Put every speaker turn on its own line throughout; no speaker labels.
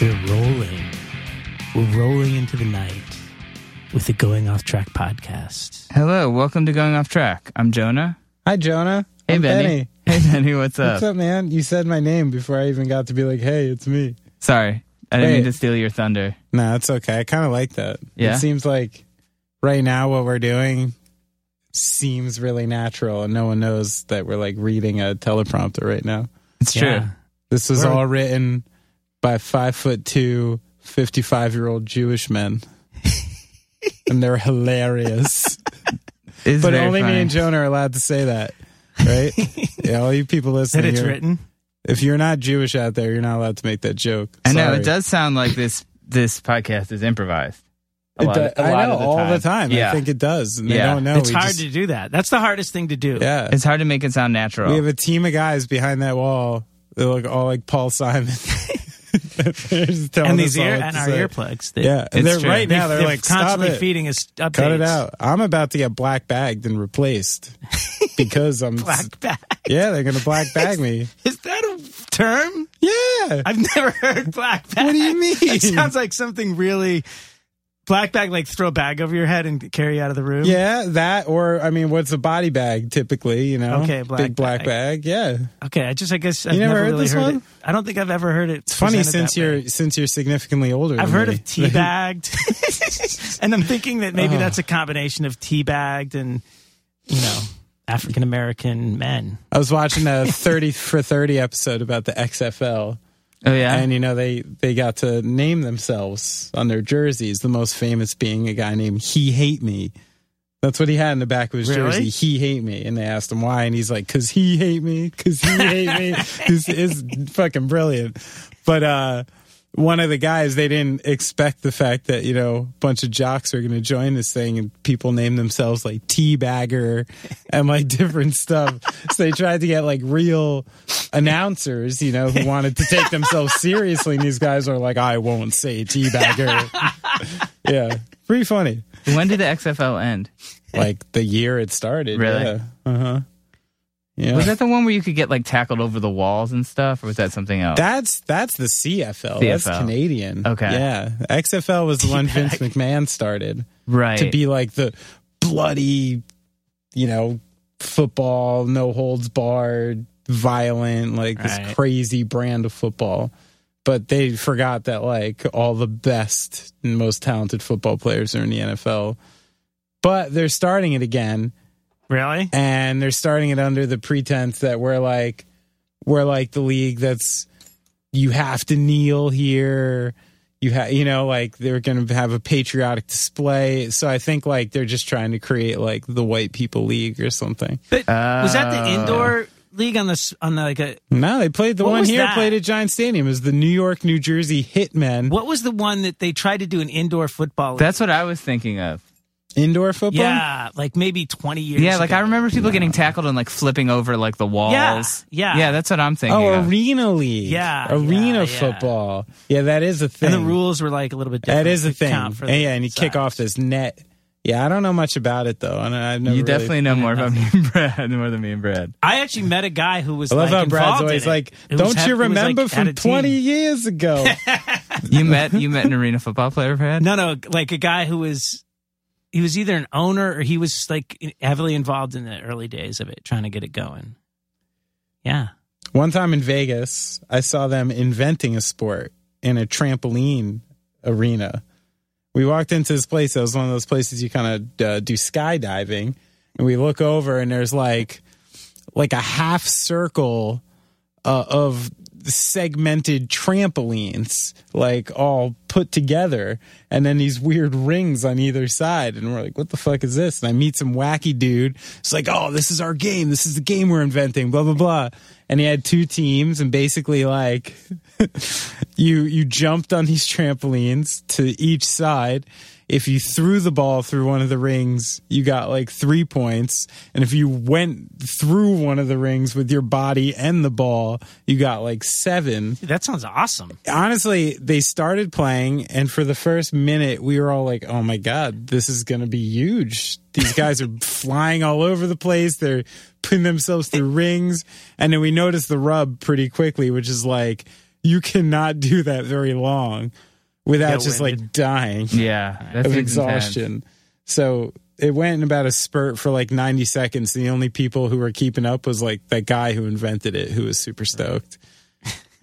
We're rolling. We're rolling into the night with the Going Off Track podcast.
Hello, welcome to Going Off Track. I'm Jonah.
Hi, Jonah.
Hey,
I'm
Benny. Hey, Benny, what's up?
What's up, man? You said my name before I even got to be like, hey, it's me.
Sorry, I didn't
Wait.
mean to steal your thunder.
Nah, it's okay. I kind of like that.
Yeah?
It seems like right now what we're doing seems really natural, and no one knows that we're like reading a teleprompter right now.
It's
Yeah.
This was
We're-
all written by five foot two, 55 year old Jewish men. and they're hilarious.
true. It's
but
very
only
funny.
me and Jonah are allowed to say that, right? yeah, all you people listening.
That it's
you're-
written.
If you're not Jewish out there, you're not allowed to make that joke.
I know
Sorry.
it does sound like this. This podcast is improvised. A
It
lot
do-
of- a
I
lot
know
of
all the time.
Yeah,
I think it does. And
Yeah.
They don't know.
it's
We
hard
just-
to do that. That's the hardest thing to do.
Yeah,
it's hard to make it sound natural.
Uh, we have a team of guys behind that wall. They look all like Paul Simon. They're just telling
And these
us all
ear
what
and
to
our
say.
earplugs. They,
Yeah,
It's
and they're
true.
right now. They're,
they're
like, stop
constantly
it,
feeding us updates.
cut it out. I'm about to get black bagged and replaced because I'm.
Black bag.
Yeah, they're gonna black bag me.
Is that a term?
Yeah,
I've never heard black bag.
What do you mean?
It sounds like something really black bag, like throw a bag over your head and carry you out of the room.
yeah, that or I mean, what's a body bag typically? You know,
Okay, black
big black
bag.
bag. Yeah,
Okay. I just, I guess I've
never
never
heard
really
this
heard
one?
it. I don't think I've ever heard it.
It's funny
presented
since
that way.
you're since you're significantly older.
I've heard
than me.
of teabagged, and I'm thinking that
Uh-huh.
maybe that's a combination of teabagged and you know African American men.
I was watching a thirty for thirty episode about the
Uh-huh.
XFL,
oh yeah,
and you know they they got to name themselves on their jerseys. The most famous being a guy named He Hate Me. That's what he had in the back of his
Really?
jersey. He hate me, and they asked him why, and he's like, "Cause he hate me, cause he hate me." This is fucking brilliant. But uh, one of the guys, they didn't expect the fact that you know a bunch of jocks are going to join this thing, and people name themselves like tea bagger and like different stuff. so they tried to get like real announcers, you know, who wanted to take themselves seriously, and these guys are like, "I won't say tea bagger." yeah, pretty funny
when did the XFL end?
like the year it started.
Really?
Yeah. Uh huh. Yeah.
Was that the one where you could get like tackled over the walls and stuff, or was that something else?
that's that's the CFL. That's
CFL.
Canadian.
Okay.
Yeah. XFL was the one Vince McMahon started
right.
to be like the bloody, you know, football, no holds barred, violent, like
Right.
this crazy brand of football. But they forgot that like all the best and most talented football players are in the NFL. But they're starting it again.
Really?
and they're starting it under the pretense that we're like we're like the league that's you have to kneel here you have you know like they're going to have a patriotic display so i think like they're just trying to create like the white people league or something
But was that the
Oh.
indoor league on the s- on the like a
no they played the
What
one
was
here
that?
played at giant stadium is the new york new jersey hitmen
what was the one that they tried to do an indoor football? League?
That's what I was thinking of.
indoor football
yeah, like maybe twenty years.
Yeah, like
ago.
I remember people getting tackled and like flipping over like the walls.
yeah.
yeah. That's what I'm thinking.
oh
of.
arena league
Yeah,
arena
yeah, yeah.
football yeah that is a thing
And the rules were like a little bit different.
That is a
to
thing.
account for
And
the
yeah, and you kick
size.
off this net Yeah, I don't know much about it though, and I've never.
you
really-
definitely know more about me and Brad more than me and Brad.
I actually met a guy who was.
I love
like,
how Brad's
involved in
always
it.
like,
It was
"Don't
hap- it
you
was, like,
remember
at
from
a team.
twenty years ago?"
You met you met an arena football player, Brad.
No, no, like a guy who was. He was either an owner or he was like heavily involved in the early days of it, trying to get it going. Yeah.
One time in Vegas, I saw them inventing a sport in a trampoline arena. We walked into this place that was one of those places you kind of uh, do skydiving, and we look over and there's like like a half circle uh, of segmented trampolines, like all put together, and then these weird rings on either side. And we're like, what the fuck is this? And I meet some wacky dude. It's like, oh, this is our game. This is the game we're inventing, blah, blah, blah. And he had two teams, and basically, like, you you jumped on these trampolines to each side. If you threw the ball through one of the rings, you got like three points. And if you went through one of the rings with your body and the ball, you got like seven
Dude, that sounds awesome.
honestly, they started playing, and for the first minute, we were all like, "Oh my god, this is going to be huge! These guys are flying all over the place. They're putting themselves through rings." And then we noticed the rub pretty quickly, which is like, you cannot do that very long without
Get
just like
winded.
dying
Yeah, that's
of
intense.
exhaustion. So it went in about a spurt for like 90 seconds. The only people who were keeping up was like that guy who invented it, who was super stoked.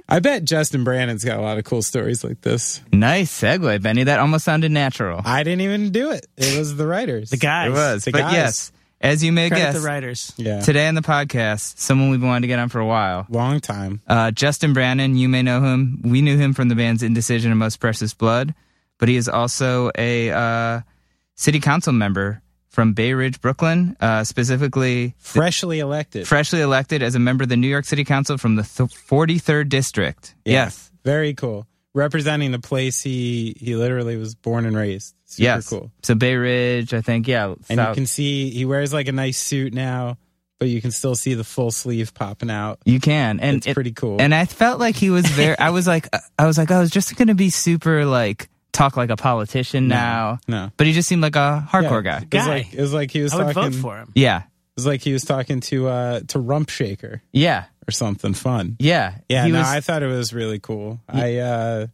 I bet Justin Brandon's got a lot of cool stories like this.
Nice segue, Benny. That almost sounded natural.
I didn't even do it. It was the writers.
The guys.
It was,
The
but
guys.
yes, as you may
Credit
guess,
the writers.
Yeah.
today on the podcast, someone we've wanted to get on for a while.
Long time.
Uh, Justin Brannon, you may know him. We knew him from the bands Indecision and Most Precious Blood, but he is also a uh, city council member from Bay Ridge, Brooklyn, uh, specifically
Freshly elected.
freshly elected as a member of the New York City Council from the th- 43rd District. Yes.
Very cool. Representing the place he he literally was born and raised. Super
yes.
cool.
So Bay Ridge, I think, yeah.
And
south-
you can see he wears like a nice suit now, but you can still see the full sleeve popping out.
You can, and
It's pretty cool.
And I felt like he was very. I was like, uh, I was like, I was just gonna be super like talk like a politician now,
No.
but he just seemed like a hardcore guy.
It was
Guy.
like it was like he was
I would
talking
vote for him.
Yeah,
It was like he was talking to uh to Rump Shaker
yeah,
or something fun.
yeah.
Yeah,
he
no,
was.
I thought it was really cool. I uh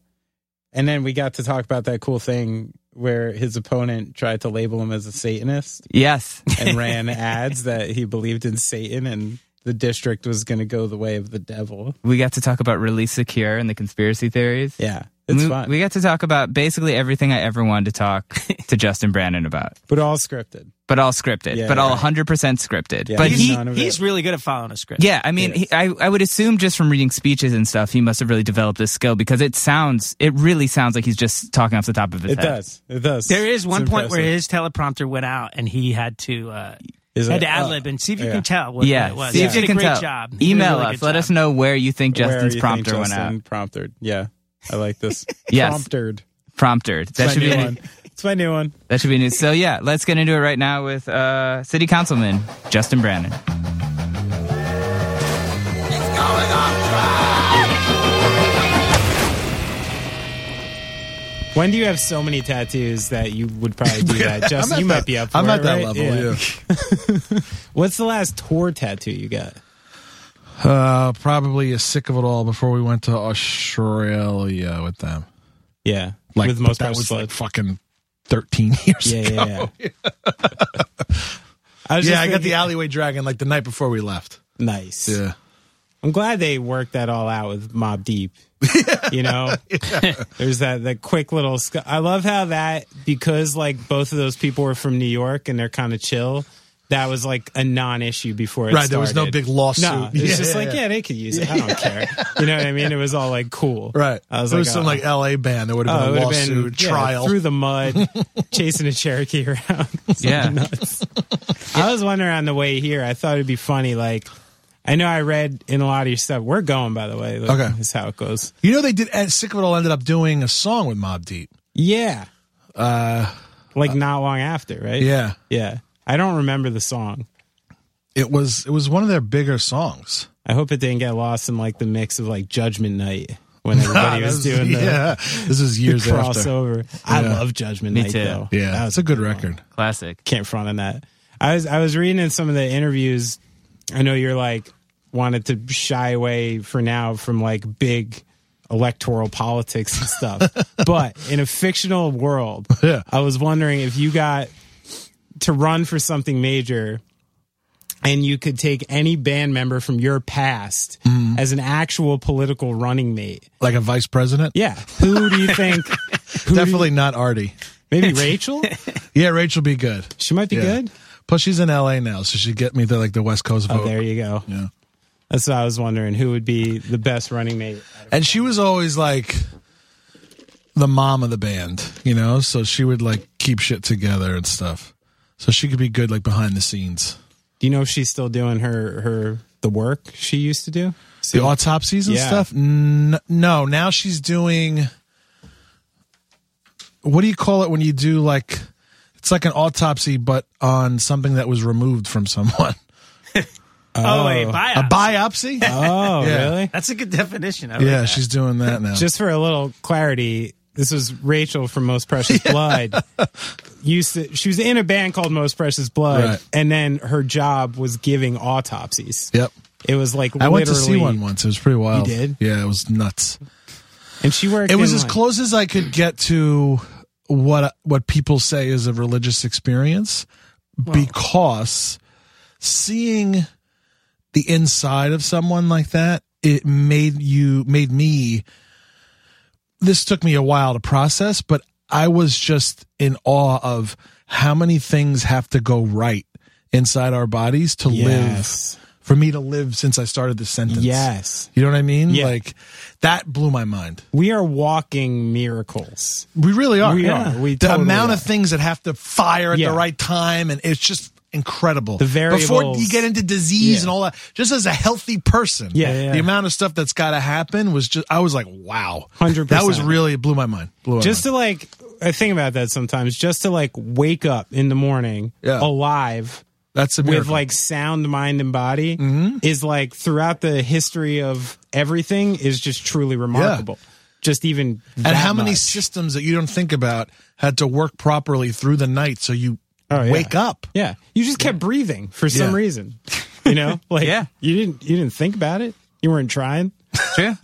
and then we got to talk about that cool thing where his opponent tried to label him as a Satanist
yes,
and ran ads that he believed in Satan and the district was going to go the way of the devil.
we got to talk about release secure and the conspiracy theories.
Yeah, it's
we,
fun,
we got to talk about basically everything I ever wanted to talk to Justin Brandon about,
but all scripted.
but all scripted,
Yeah,
but all
right.
100% scripted.
Yeah,
but
he's
he,
not- None of
He's
it.
really good at following a script.
Yeah, I mean,
Yes.
he, I I would assume just from reading speeches and stuff, he must have really developed this skill because it sounds, it really sounds like he's just talking off the top of his
It
head.
does. It does.
There is
It's
one point where
impressive.
his teleprompter went out and he had to uh,
He's
had
like,
to ad lib
"Oh,
and see if you
yeah.
can tell what,
Yeah,
it was.
see
He
if
did
you
a
can
great
tell.
job. He did a
Email
really
us.
good
Let
job.
us know where you think
Where
Justin's
you think
prompter went
Justin
out.
Promptered. Yeah. I like this.
Yes.
Promptered.
Prompter. That
It's
should
my
be
new one. It's my new one.
that should be news. So yeah, let's get into it right now with uh, City Councilman Justin Brannon.
When do you have so many tattoos that you would probably do that? Justin, you might be up. For it,
I'm at that
right?
level.
Yeah.
Yeah.
What's the last tour tattoo you got?
Uh, probably is sick of it all before we went to Australia with them.
Yeah,
Like
with most
but that
Precious
was
Blood.
like fucking thirteen years
yeah,
ago.
yeah, yeah. I was
Yeah,
just
I got
thinking-
the alleyway dragon like the night before we left.
nice.
Yeah.
I'm glad they worked that all out with Mob Deep. you know, there's that that quick little. sc- I love how that because like both of those people were from New York and they're kind of chill. That was like a non-issue before. It
Right, there was no
started.
big lawsuit.
No, it's
Yeah,
just
yeah,
like yeah.
yeah.
they could use it. I don't care. You know what I mean? It was all like cool.
Right.
I was
there
like,
was some
oh.
like uh, LA ban. There would have
Oh, it
been a
would've been,
lawsuit,
yeah,
trial.
through the mud, chasing a Cherokee around.
Yeah,
I was wondering on the way here. I thought it'd be funny. Like, I know I read in a lot of your stuff. We're going, by the way. Like,
Okay.
is how it goes.
you know they did and Sick of It All ended up doing a song with Mob Deep.
Yeah. Uh, like not long after, right?
Yeah.
yeah. I don't remember the song.
It was it was one of their bigger songs.
I hope it didn't get lost in like the mix of like Judgment Night. when everybody was
Ah, This-
doing the,
yeah, this is
the
years after.
crossover. I
Yeah.
love Judgment
Me
Night
too.
though. That
Yeah,
was
it's a good record.
Classic.
can't front on that. I was I was reading in some of the interviews. I know you're like wanted to shy away for now from like big electoral politics and stuff. but in a fictional world,
Yeah.
I was wondering if you got to run for something major and you could take any band member from your past
Mm-hmm.
as an actual political running mate.
Like a vice president.
Yeah. Who do you think who do you-
Definitely not Artie.
maybe Rachel?
Yeah, Rachel be good.
She might be
Yeah.
good.
Plus, she's in LA now, so she get me the like the West Coast
Oh,
vote.
there you go.
Yeah.
That's what I was wondering. Who would be the best running mate?
And she was always like the mom of the band, you know? So she would like keep shit together and stuff. So she could be good like behind the scenes.
Do you know if she's still doing her her the work she used to do?
The autopsies and
Yeah.
stuff? N- no, now she's doing What do you call it when you do like it's like an autopsy but on something that was removed from someone?
Oh, wait, biopsy.
A biopsy?
Oh,
Yeah.
really?
That's a good definition. I like
yeah,
that.
she's doing that now.
Just for a little clarity, this was Rachel from Most Precious Blood. used to she was in a band called Most Precious Blood,
Right.
and then her job was giving autopsies.
yep.
It was like
I
literally,
went to see one once. It was pretty wild.
did?
Yeah, it was nuts.
and she worked.
it was
in,
as
like-
close as I could get to what what people say is a religious experience because seeing the inside of someone like that it made you made me this took me a while to process but I was just in awe of how many things have to go right inside our bodies to
Yes.
live for me to live since I started this sentence.
Yes,
You know what I mean?
Yeah.
Like that blew my mind.
we are walking miracles.
We really are.
We are. We
the
totally
amount
are.
of things that have to fire at
Yeah.
the right time, and it's just incredible.
The
before
variables.
you get into disease
Yeah.
and all that. Just as a healthy person,
Yeah, yeah, yeah.
the amount of stuff that's got to happen was just. I was like, wow,
100%.
That was really it blew my mind. Blew my
just
mind.
to like I think about that sometimes. Just to like wake up in the morning
Yeah.
alive
that's a
with
miracle. Mm-hmm.
like sound mind and body is like throughout the history of everything is just truly remarkable. Just even
and how many systems that you don't think about had to work properly through the night so you
Oh, yeah.
wake up.
Yeah, you just kept breathing for some
Yeah.
reason. You know, like
Yeah.
you didn't you didn't think about it. You weren't trying.
True.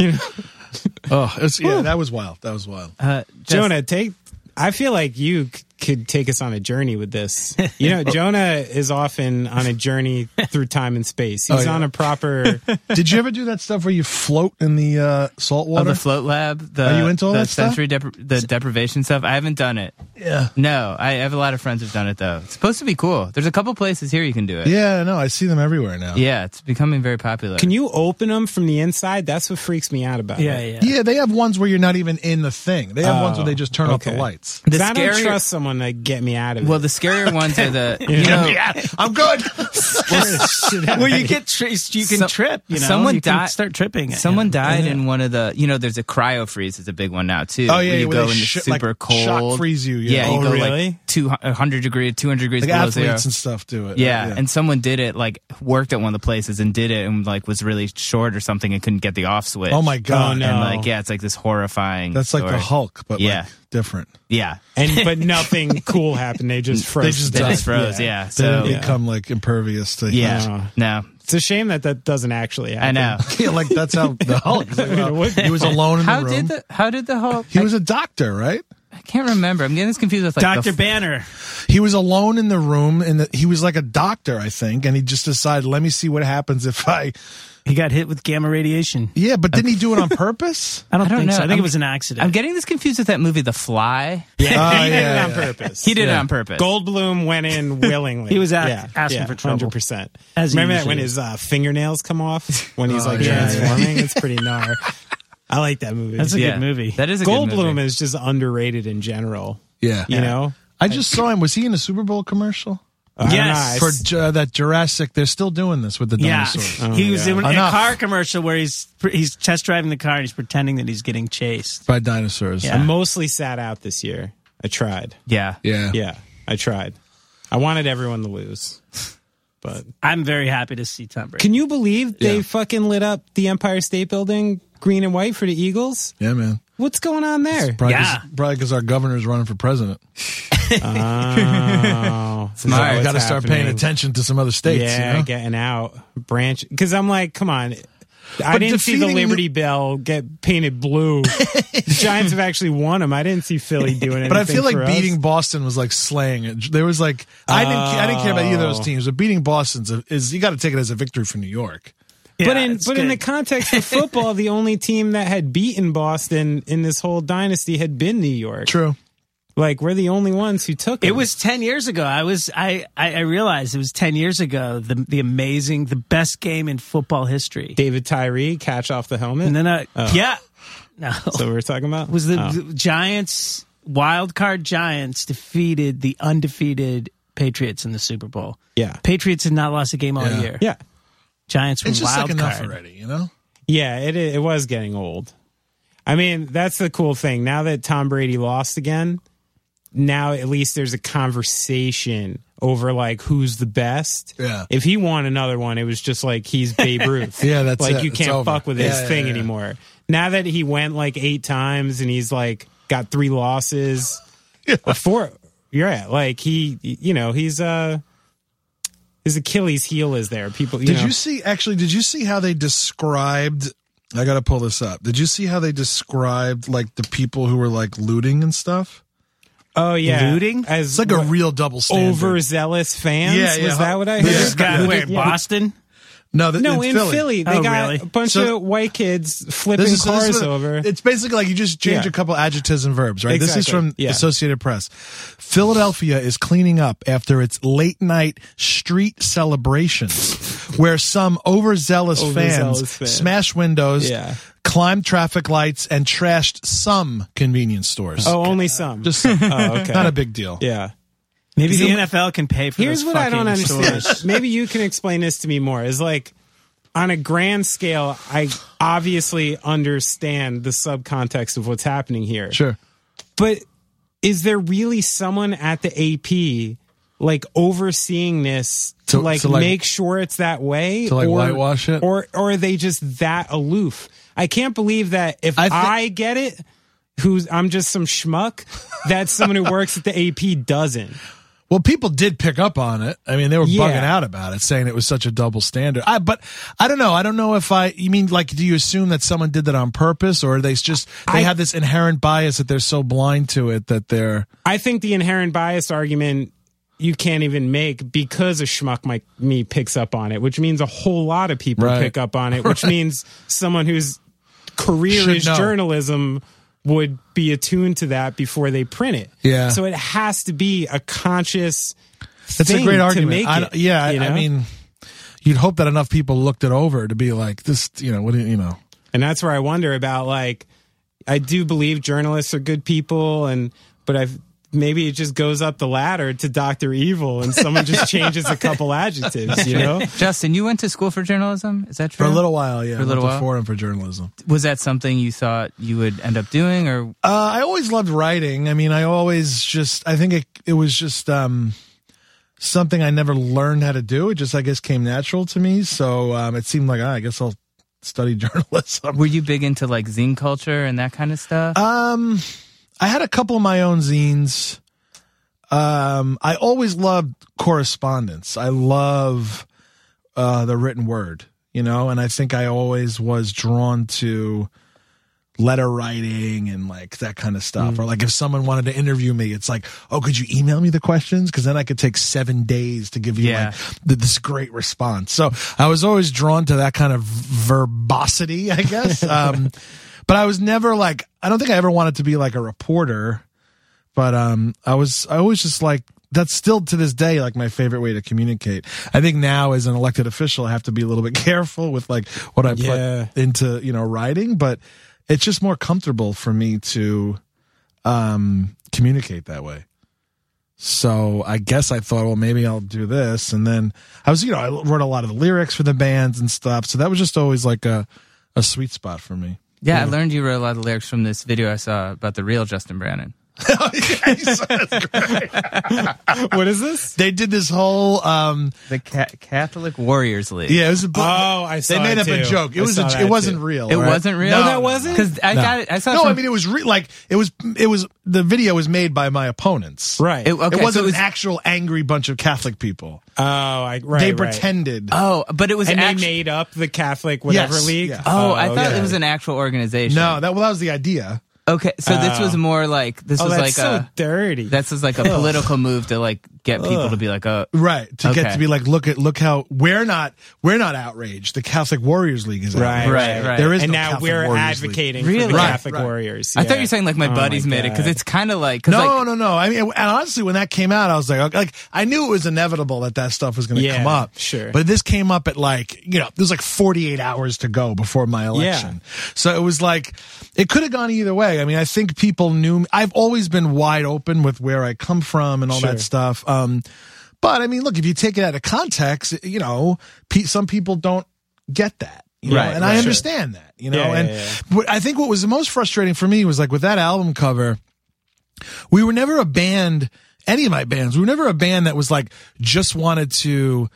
Oh, it's, yeah, that was wild. That was wild.
Uh, just-
Jonah, take. I feel like you c- could take us on a journey with this. You know, Jonah is often on a journey through time and space.
Oh,
He's
yeah.
on a proper.
Did you ever do that stuff where you float in the uh, salt
Oh,
water?
the float lab. The,
Are you into all
the
that stuff?
sensory depri- the deprivation stuff? I haven't done it.
yeah.
No, I have a lot of friends who've done it though. It's supposed to be cool. There's a couple places here you can do it.
Yeah, no, I see them everywhere now.
Yeah, it's becoming very popular.
Can you open them from the inside? That's what freaks me out about
Yeah,
it.
yeah.
Yeah, they have ones where you're not even in the thing. They have
Oh,
ones where they just turn off
okay.
the lights.
The
'Cause I don't
scarier-
trust someone to get me out of
Well,
it.
the scarier ones are the you know
I'm good.
well, you get tri- you can
Some-
trip. You know,
someone
you can
di-
start tripping. at-
someone
yeah.
died in one of the you know there's a cryo freeze is a big one now too.
Oh, yeah,
where you
where
go
they
in
sh- like,
super cold,
shock freeze you, yeah.
you
Oh,
go
really?
like two hundred degree, two hundred degrees
like
below
athletes
zero.
and stuff do it.
Yeah, and someone did it, like worked at one of the places and did it, and like was really short or something and couldn't get the off switch.
oh my god,
no.
And like, yeah, it's like this horrifying.
that's like the
story.
Hulk, but
Yeah.
like different.
Yeah,
and but nothing cool happened. They just froze.
They just
they
died.
just froze. Yeah,
They
so
didn't
yeah,
become like impervious to.
no,
It's a shame that that doesn't actually
I
happen.
know.
Yeah, like that's how the Hulk. Like, well, he was alone in the
How
room.
did the How did the Hulk?
he was a doctor, right?
I can't remember. I'm getting this confused with like
Dr.
The,
Banner.
He was alone in the room, and the, he was like a doctor, I think. And he just decided, let me see what happens if I.
He got hit with gamma radiation.
Yeah, but didn't he do it on purpose?
I don't,
I don't
think so.
know.
I think
I'm-
it was an accident.
I'm getting this confused with that movie, The Fly.
Yeah,
Oh,
he did
yeah,
it on
yeah.
purpose.
He did it on purpose.
Goldblum went in willingly.
He was act- asking for trouble.
Hundred percent.
As he
Remember that
usually
when
is.
his uh, fingernails come off when he's
Oh,
like
yeah, yeah.
transforming? It's pretty gnar. I like that movie.
That's a
Yeah.
good movie.
That is a good
Goldblum
movie.
is just underrated in general.
Yeah,
You know.
I just saw him. Was he in a Super Bowl commercial?
I don't
Yes.
know, I
for Ju- uh, that Jurassic. They're still doing this with the
yeah,
dinosaurs.
he was in a
Enough.
car commercial where he's he's test driving the car and he's pretending that he's getting chased.
By dinosaurs.
Yeah.
I mostly sat out this year. I tried.
Yeah.
Yeah.
Yeah, I tried. I wanted everyone to lose. But
I'm very happy to see Tom Brady.
can you believe they
Yeah.
fucking lit up the Empire State Building green and white for the Eagles?
Yeah, man.
What's going on there?
Probably
Yeah.
because our governor's running for president.
Oh,
I got to start paying attention to some other states.
Yeah,
you know?
getting out branch because I'm like, come on. I didn't see the
defeating-
Liberty Bell get painted blue. the Giants have actually won them. I didn't see Philly doing anything.
But I feel like
for us.
beating Boston was like slaying it. There was like I didn't I didn't care about either of those
Oh.
teams, but beating Boston's a, is you got to take it as a victory for New York.
But
Yeah,
in
it's
but in the
good.
context of football, the only team that had beaten Boston in this whole dynasty had been New York.
True.
Like we're the only ones who took
It
them.
was ten years ago. I was I, I I realized it was ten years ago. The the amazing, the best game in football history.
David Tyree catch off the helmet.
And then I yeah, no,
so we were talking about
was the,
Oh.
the Giants wild card Giants defeated the undefeated Patriots in the Super Bowl.
Yeah.
Patriots had not lost a game all
Yeah.
year.
yeah
Giants were
It's just
wild
like enough
card.
already, you know.
yeah it it was getting old. I mean that's the cool thing. Now that Tom Brady lost again, now at least there's a conversation over like who's the best.
Yeah.
If he won another one, it was just like he's Babe Ruth.
Yeah, that's
like
it.
you
It's
can't
over.
fuck with his
Yeah, yeah,
thing
yeah.
anymore. Now that he went like eight times and he's like got three losses, or four. You're at like he, you know, he's uh his Achilles heel is there. People, you
Did
know,
you see actually did you see how they described I got to pull this up. Did you see how they described like the people who were like looting and stuff?
oh yeah,
Looting?
as
It's like a
what,
real double standard.
overzealous fans.
Yeah, yeah.
Was that what I heard?
They
This guy where Boston.
no, th-
No, in Philly, they
Oh,
got
really?
a bunch
So-
of white kids flipping
This is, so
cars
this is what-
over.
It's basically like you just change
Yeah.
a couple adjectives and verbs, right? This is
Exactly.
from
Yeah.
Associated Press. Philadelphia is cleaning up after its late night street celebrations where some overzealous,
Overzealous
fans,
fans.
smashed windows,
Yeah.
climbed traffic lights, and trashed some convenience stores.
oh, only some.
Just some.
oh, okay.
not a big deal.
yeah.
Maybe the NFL can pay for
Here's
those
what I don't
fucking
understand.
stores.
Maybe you can explain this to me more. Is like on a grand scale, I obviously understand the subcontext of what's happening here.
Sure.
But is there really someone at the AP like overseeing this to,
To-
like,
to, like-
make sure it's that way?
to, like, whitewash it?
Or or are they just that aloof? I can't believe that if
I thi-
I get it, who's I'm just some schmuck, that someone who works at the AP doesn't.
Well, people did pick up on it. I mean, they were
Yeah.
bugging out about it, saying it was such a double standard. I, but I don't know. I don't know if I. You mean like, do you assume that someone did that on purpose, or are they just they
I-
have this inherent bias that they're so blind to it that they're
I think the inherent bias argument you can't even make because a schmuck like me picks up on it, which means a whole lot of people
Right.
pick up on it, which means someone whose career
Should
is
know.
journalism would be attuned to that before they print it.
Yeah.
So it has to be a conscious.
That's a
thing
great
to
argument.
make
I
it,
don't- yeah, I-
you
I
know?
mean, you'd hope that enough people looked it over to be like, this, you know, what do you, you know?
and that's where I wonder about like I do believe journalists are good people and but I've maybe it just goes up the ladder to Dr. Evil and someone just changes a couple adjectives, you know?
Justin, you went to school for journalism. Is that
For
true?
a little while, yeah,
For a little
went to
while.
Forum for journalism.
Was that something you thought you would end up doing, or
Uh, I always loved writing. I mean, I always just, I think it, it was just um, something I never learned how to do. It just, I guess, came natural to me. So um, it seemed like, ah, I guess I'll study journalism.
were you big into like zine culture and that kind of stuff?
Um, I had a couple of my own zines. Um, I always loved correspondence. I love uh, the written word, you know, and I think I always was drawn to letter writing and like that kind of stuff. Or like if someone wanted to interview me, it's like, oh, could you email me the questions? Because then I could take seven days to give you
Yeah.
like th- this great response. So I was always drawn to that kind of verbosity, I guess. um, but I was never like, I don't think I ever wanted to be like a reporter. But um, I was, I always just like, that's still to this day like my favorite way to communicate. I think now as an elected official, I have to be a little bit careful with like what I
Yeah.
put into you know writing, but it's just more comfortable for me to um, communicate that way. So I guess I thought, well, maybe I'll do this, and then I was, you know, I wrote a lot of the lyrics for the bands and stuff. So that was just always like a a sweet spot for me.
yeah, I learned you wrote a lot of lyrics from this video I saw about the real Justin Brannon.
what is this?
They did this whole um
The Ca- Catholic Warriors League.
yeah, it was a book.
Oh, I saw
They made
it
up a
too.
joke. It
I
was
saw
a,
that
it wasn't
too.
real.
It
right?
wasn't real.
No, that wasn't?
Because I
No.
got it. I saw.
No,
some-
I mean it was re- like it was it was the video was made by my opponents.
Right.
It- okay,
it
so
wasn't
it was-
an actual angry bunch of Catholic people.
oh, I, right.
they
right.
pretended.
Oh, but it was
And
actu-
they made up the Catholic whatever
Yes,
league.
yeah.
Oh, I thought
okay.
it was an actual organization.
no, that well, that was the idea.
Okay, so this was more like this
Oh,
was
that's
like
so
a
dirty.
this was like a political move to like get people to be like, oh,
Right. To
Okay.
get to be like, look at look how we're not we're not outraged. The Catholic Warriors League is
right,
outraged.
Right, right.
There is
and
no
now
Catholic
we're
Warriors League.
advocating for
Really?
the
Right,
Catholic
right.
Warriors.
I thought you
yeah.
were saying like my
Oh,
buddies made it because
God.
it's kind of like 'cause,
No,
like,
no, no. I mean, and honestly, when that came out, I was like, like I knew it was inevitable that that stuff was going to
Yeah,
come up.
sure.
But this came up at like, you know, there's like 48 hours to go before my election. So it was like, it could have gone either way. I mean, I think people knew, I've always been wide open with where I come from and all
Sure.
that stuff. Um, but I mean, look, if you take it out of context, you know, pe- some people don't get that. You know?
Right,
and
right.
I
Sure.
understand that, you know,
Yeah, yeah,
and
yeah.
but I think what was the most frustrating for me was like with that album cover, we were never a band any of my bands we were never a band that was like just wanted to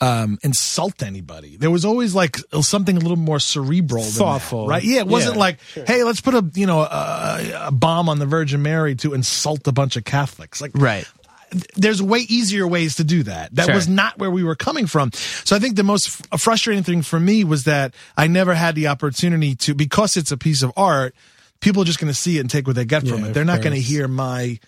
um insult anybody there was always like something a little more cerebral than that,
Thoughtful.
right yeah it wasn't
Yeah,
like hey let's put a you know a, a bomb on the virgin mary to insult a bunch of catholics like
right?
there's way easier ways to do that. That
Sure.
was not where we were coming from. So I think the most f- uh, frustrating thing for me was that I never had the opportunity to, because it's a piece of art, people are just going to see it and take what they get from
Yeah,
it.
of
They're not going to
course.
hear my,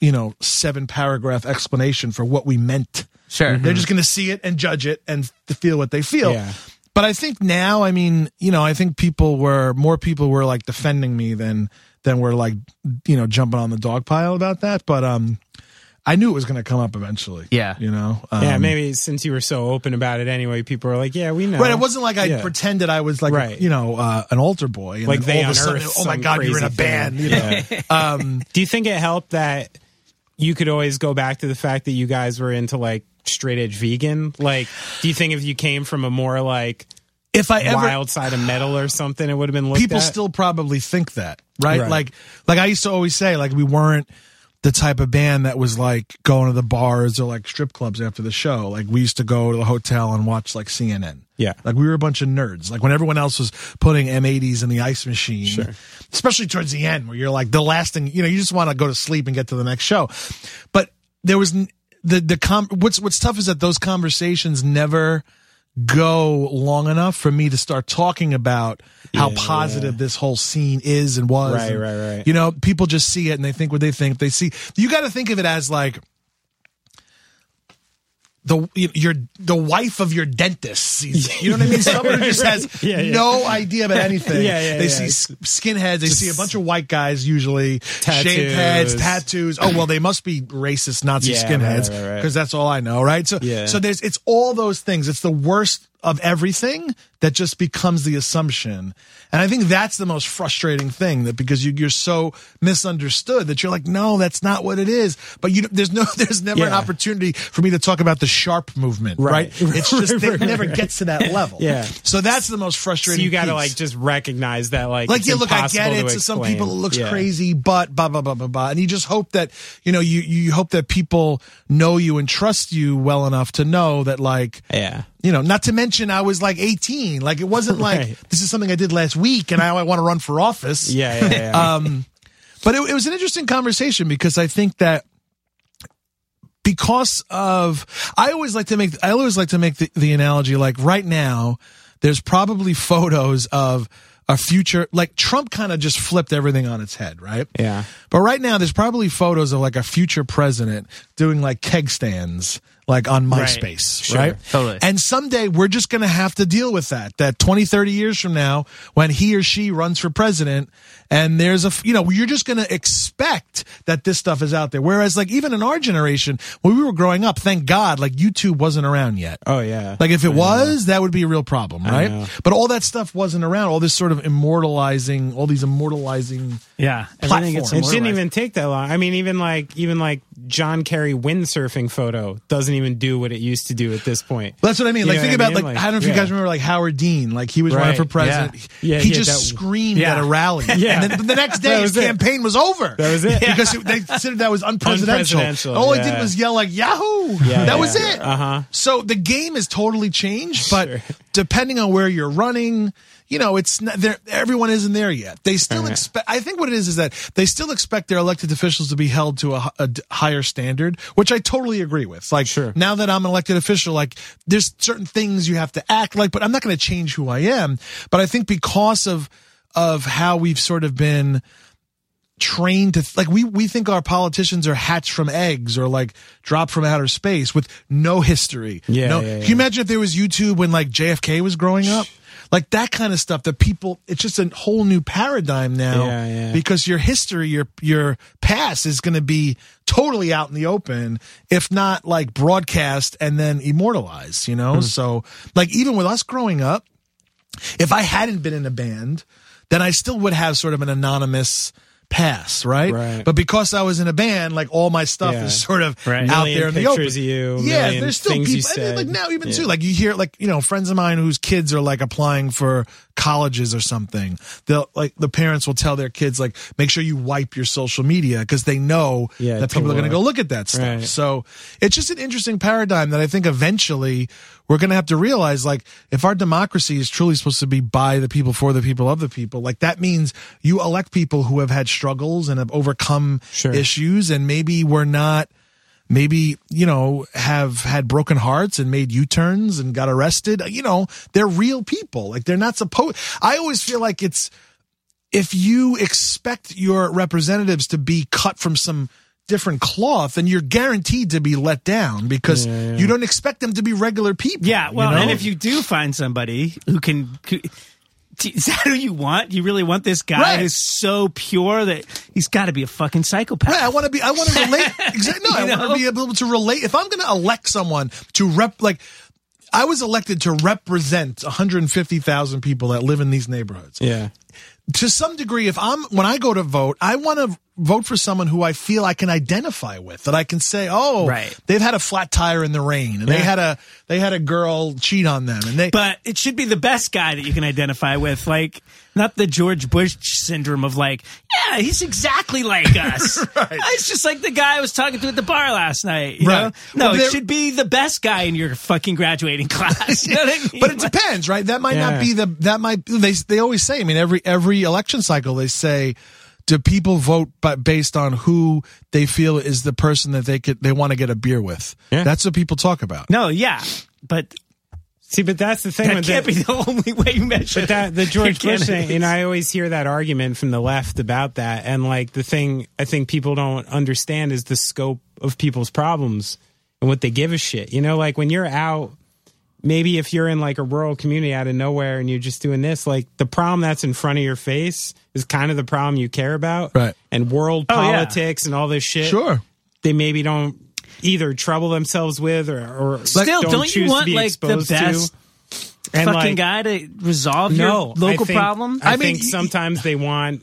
you know, seven paragraph explanation for what we meant.
Sure.
They're just going to see it and judge it and f- feel what they feel.
Mm-hmm. Yeah.
But I think now, I mean, you know, I think people were more people were like defending me than than were like, you know, jumping on the dog pile about that. But um, I knew it was going to come up eventually.
Yeah.
you know. Um,
Yeah, maybe since you were so open about it anyway, people were like, "Yeah, we know."
Right, it wasn't like I
Yeah.
pretended I was like,
Right.
you know, uh, an altar boy. And
Like
then
they
all of a sudden,
unearthed
oh my
some
god, you're in
crazy
a band.
thing.
You know? um,
Do you think it helped that you could always go back to the fact that you guys were into like straight edge vegan? Like, do you think if you came from a more like
if I ever
wild side of metal or something, it would have been looked
people
at?
still probably think that, right?
Right.
Like, like I used to always say, like we weren't the type of band that was like going to the bars or like strip clubs after the show. Like we used to go to the hotel and watch like CNN.
Yeah.
like we were a bunch of nerds. Like when everyone else was putting M80s in the ice machine, especially towards the end where you're like the last thing you know, you just want to go to sleep and get to the next show. But there was n- the the com- what's what's tough is that those conversations never go long enough for me to start talking about how positive this whole scene is and was.
Right,
And,
right, right.
You know, people just see it and they think what they think. They see you got to think of it as like the your the wife of your dentist sees it. You know what I mean? Someone who just has
Yeah, yeah.
no idea about anything.
Yeah, yeah,
they
yeah.
see s- skinheads. They see a bunch of white guys usually shaved heads,
Tattoos.
tattoos. Oh well, they must be racist Nazi
Yeah, right,
skinheads because
right, right.
that's all I know, right? So
Yeah.
so there's it's all those things. It's the worst of everything that just becomes the assumption. And I think that's the most frustrating thing that because you, you're so misunderstood that you're like, no, that's not what it is. But you, there's no, there's never an
Yeah.
opportunity for me to talk about the sharp movement, right?
Right.
It's just,
Right,
it
right,
never
right.
gets to that level.
Yeah.
So that's the most
So
frustrating.
you got to
piece.
like just recognize that, like,
Like
it's
yeah, look, I get
impossible
it.
to
To some
explain.
people, it looks
Yeah.
crazy, but blah blah blah blah blah. And you just hope that you know you you hope that people know you and trust you well enough to know that like
Yeah.
you know, not to mention I was like 18. Like it wasn't like
Right.
this is something I did last week and now I want to run for office.
Yeah, yeah, yeah.
Um, but it, it was an interesting conversation because I think that because of I always like to make I always like to make the, the analogy like right now there's probably photos of a future like Trump kind of just flipped everything on its head, right?
Yeah.
But right now there's probably photos of like a future president doing like keg stands like on MySpace, right?
Totally.
And someday we're just going to have to deal with that. That 20, 30 years from now, when he or she runs for president, and there's a, f- you know, you're just going to expect that this stuff is out there. Whereas, like, even in our generation, when we were growing up, thank God, like, YouTube wasn't around yet.
oh yeah.
Like, if it was, that would be a real problem,
know.
right? But all that stuff wasn't around. All this sort of immortalizing, all these immortalizing.
Yeah, everything gets
It
Platform.
didn't
immortalized.
even take that long. I mean, even like even like John Kerry windsurfing photo doesn't doesn't even do what it used to do at this point.
That's what I mean.
You
Like,
know
think
what I mean?
about like,
Like,
I don't know if you
yeah.
guys remember like Howard Dean. Like he was running
Right,
for president.
yeah. Yeah,
he
yeah,
just
that-
screamed
yeah.
at a rally.
Yeah.
And then the next day
That
his
was it.
campaign was over.
That was it.
Because it- they considered that was unpresidential.
Unpresidential,
All he
yeah.
did was yell like Yahoo.
Yeah,
that was
yeah.
it.
Uh-huh.
So the game has totally changed, but
Sure.
depending on where you're running, you know, it's not there. Everyone isn't there yet. They still
Uh-huh.
expect. I think what it is is that they still expect their elected officials to be held to a, h- a d- higher standard, which I totally agree with. Like,
Sure.
now that I'm an elected official, like there's certain things you have to act like, but I'm not going to change who I am. But I think because of of how we've sort of been trained to th- like we we think our politicians are hatched from eggs or like dropped from outer space with no history.
Yeah,
no,
yeah, yeah.
Can you imagine if there was YouTube when like JFK was growing up? Like that kind of stuff that people it's just a whole new paradigm now
Yeah, yeah.
because your history, your your past is going to be totally out in the open if not like broadcast and then immortalized, you
Hmm.
know? So like even with us growing up, if I hadn't been in a band, then I still would have sort of an anonymous pass, right?
Right.
But because I was in a band, like all my stuff
Yeah.
is sort of
Right.
out
Million
there in the open.
pictures of you,
yeah,
million
there's still
things
people.
you
I mean, like
said.
now, even
Yeah.
too, like you hear, like you know, friends of mine whose kids are like applying for colleges or something. They'll like the parents will tell their kids like, make sure you wipe your social media because they know
Yeah,
that
to
people are going to
look.
go look at that stuff.
Right.
So it's just an interesting paradigm that I think eventually we're going to have to realize like if our democracy is truly supposed to be by the people for the people of the people, like that means you elect people who have had struggles and have overcome
Sure.
issues and maybe we're not maybe you know have had broken hearts and made u-turns and got arrested you know they're real people like they're not supposed i always feel like it's if you expect your representatives to be cut from some different cloth, then you're guaranteed to be let down because you don't expect them to be regular people.
Yeah, well,
you know?
and if you do find somebody who can, who- is that who you want? You really want this guy
Right.
who's so pure that he's got to be a fucking psychopath.
Right, I want to be. I want to relate. Exactly. No,
You
I want
know?
to be able to relate. If I'm going to elect someone to rep, like, I was elected to represent 150,000 people that live in these neighborhoods.
Yeah.
to some degree, if I'm when I go to vote, I want to vote for someone who I feel I can identify with, that I can say, "Oh,
Right.
they've had a flat tire in the rain, and they had a they had a girl cheat on them, and they."
But it should be the best guy that you can identify with, like not the George Bush syndrome of like, yeah, he's exactly like us. It's just like the guy I was talking to at the bar last night. You
Right.
know? No,
Well,
it
there-
should be the best guy in your fucking graduating class. You know what I mean?
but it depends, right? That might not
Yeah.
be the that might they they always say. I mean, every every election cycle they say, do people vote but based on who they feel is the person that they could they want to get a beer with?
Yeah.
That's what people talk about.
no, yeah, but
See, but that's the thing.
that
with
can't
the-
be the only way you measure
But that the George
your
Bush thing,
candidates.
and I always hear that argument from the left about that. And like the thing I think people don't understand is the scope of people's problems and what they give a shit. You know, like when you're out, maybe if you're in like a rural community out of nowhere and you're just doing this, like the problem that's in front of your face is kind of the problem you care about.
Right.
And world
Oh, yeah.
politics and all this shit.
Sure.
They maybe don't either trouble themselves with or, or
Still,
don't,
don't you
choose
want,
to be
like, the
exposed
best
to. And,
fucking
like,
guy to resolve your
I
local
think-
problem.
I,
I mean,
think
y-
sometimes they want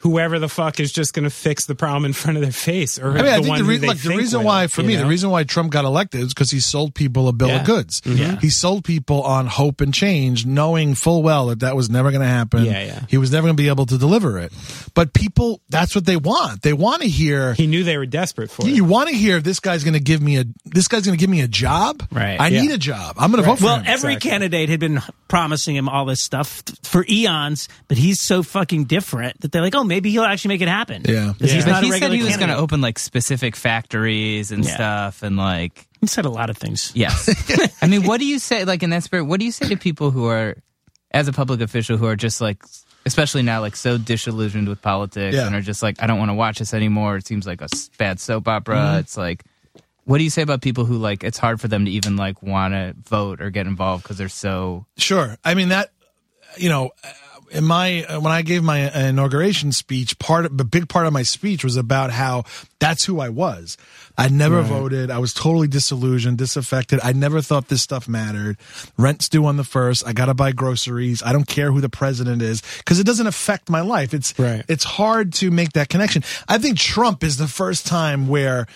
whoever the fuck is just going to fix the problem in front of their face, or
I mean,
the
I think
one
the,
who
re-
they
look, the
think
reason
will,
why, for
you
me, the
know?
reason why Trump got elected is because he sold people a bill
Yeah. Mm-hmm.
of goods.
Yeah.
He sold people on hope and change, knowing full well that that was never going to happen.
Yeah, yeah.
He was never going to be able to deliver it. But people, that's what they want. They want to hear.
he knew they were desperate for
you want to hear this guy's going to give me a this guy's going to give me a job.
Right.
I
Yeah.
need a job. I'm going to vote for
Well,
him.
every candidate had been promising him all this stuff th- for eons, but he's so fucking different that they're like, oh, maybe he'll actually make it happen.
Yeah.
'Cause he's
But
not a
he said
regular
he was going to
candidate.
open like specific factories and
Yeah.
stuff, and like,
He said a lot of things.
yes. I mean, what do you say, like in that spirit? What do you say to people who are, as a public official, who are just like, especially now, like so disillusioned with politics
Yeah.
and are just like, I don't want to watch this anymore. It seems like a s- bad soap opera. It's like, what do you say about people who like it's hard for them to even like want to vote or get involved because they're so
Sure. I mean that you know uh, in my uh, when I gave my uh, inauguration speech, part of, the big part of my speech was about how that's who I was. I never voted. I was totally disillusioned, disaffected. I never thought this stuff mattered. Rent's due on the first. I gotta buy groceries. I don't care who the president is because it doesn't affect my life. It's
Right.
it's hard to make that connection. I think Trump is the first time where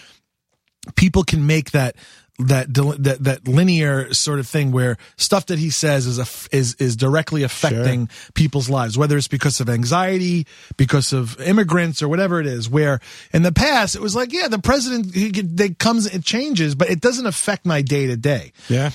people can make that that del- that that linear sort of thing where stuff that he says is a f- is is directly affecting people's lives whether it's because of anxiety because of immigrants or whatever it is where in the past it was like yeah the president he could- they comes it changes but it doesn't affect my day to day
Yeah.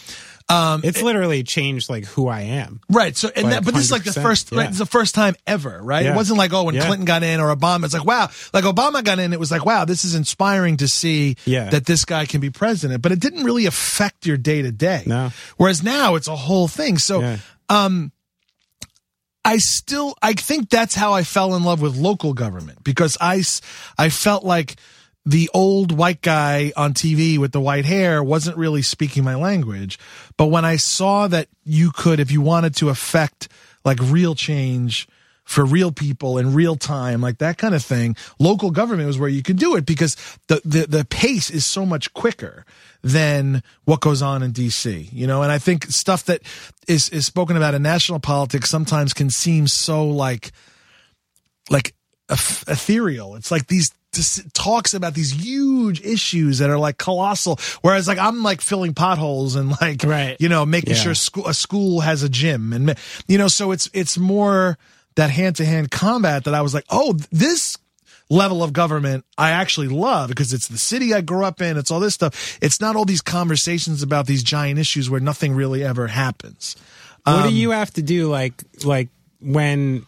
Um,
it's literally changed like who I am.
Right. So, and
Like
that, but this is like the
100%,
first, right,
yeah.
it's the first time ever, right? It
Yeah.
wasn't like, oh, when
Yeah.
Clinton got in or Obama, it's like, wow, like Obama got in, it was like, wow, this is inspiring to see
Yeah.
that this guy can be president, but it didn't really affect your day to day.
No.
Whereas now it's a whole thing. So, um,
Yeah.
I still I think that's how I fell in love with local government because I s- I felt like the old white guy on TV with the white hair wasn't really speaking my language but when I saw that you could if you wanted to affect like real change for real people in real time like that kind of thing local government was where you could do it because the the, the pace is so much quicker than what goes on in DC, you know, and I think stuff that is is spoken about in national politics sometimes can seem so like like eth- ethereal. It's like these dis- talks about these huge issues that are like colossal. Whereas like I'm like filling potholes and like
Right.
you know making
Yeah.
sure school a school has a gym and ma- you know so it's it's more that hand to hand combat that I was like oh th- this level of government I actually love because it's the city I grew up in. It's all this stuff. It's not all these conversations about these giant issues where nothing really ever happens.
what
Um,
do you have to do like like when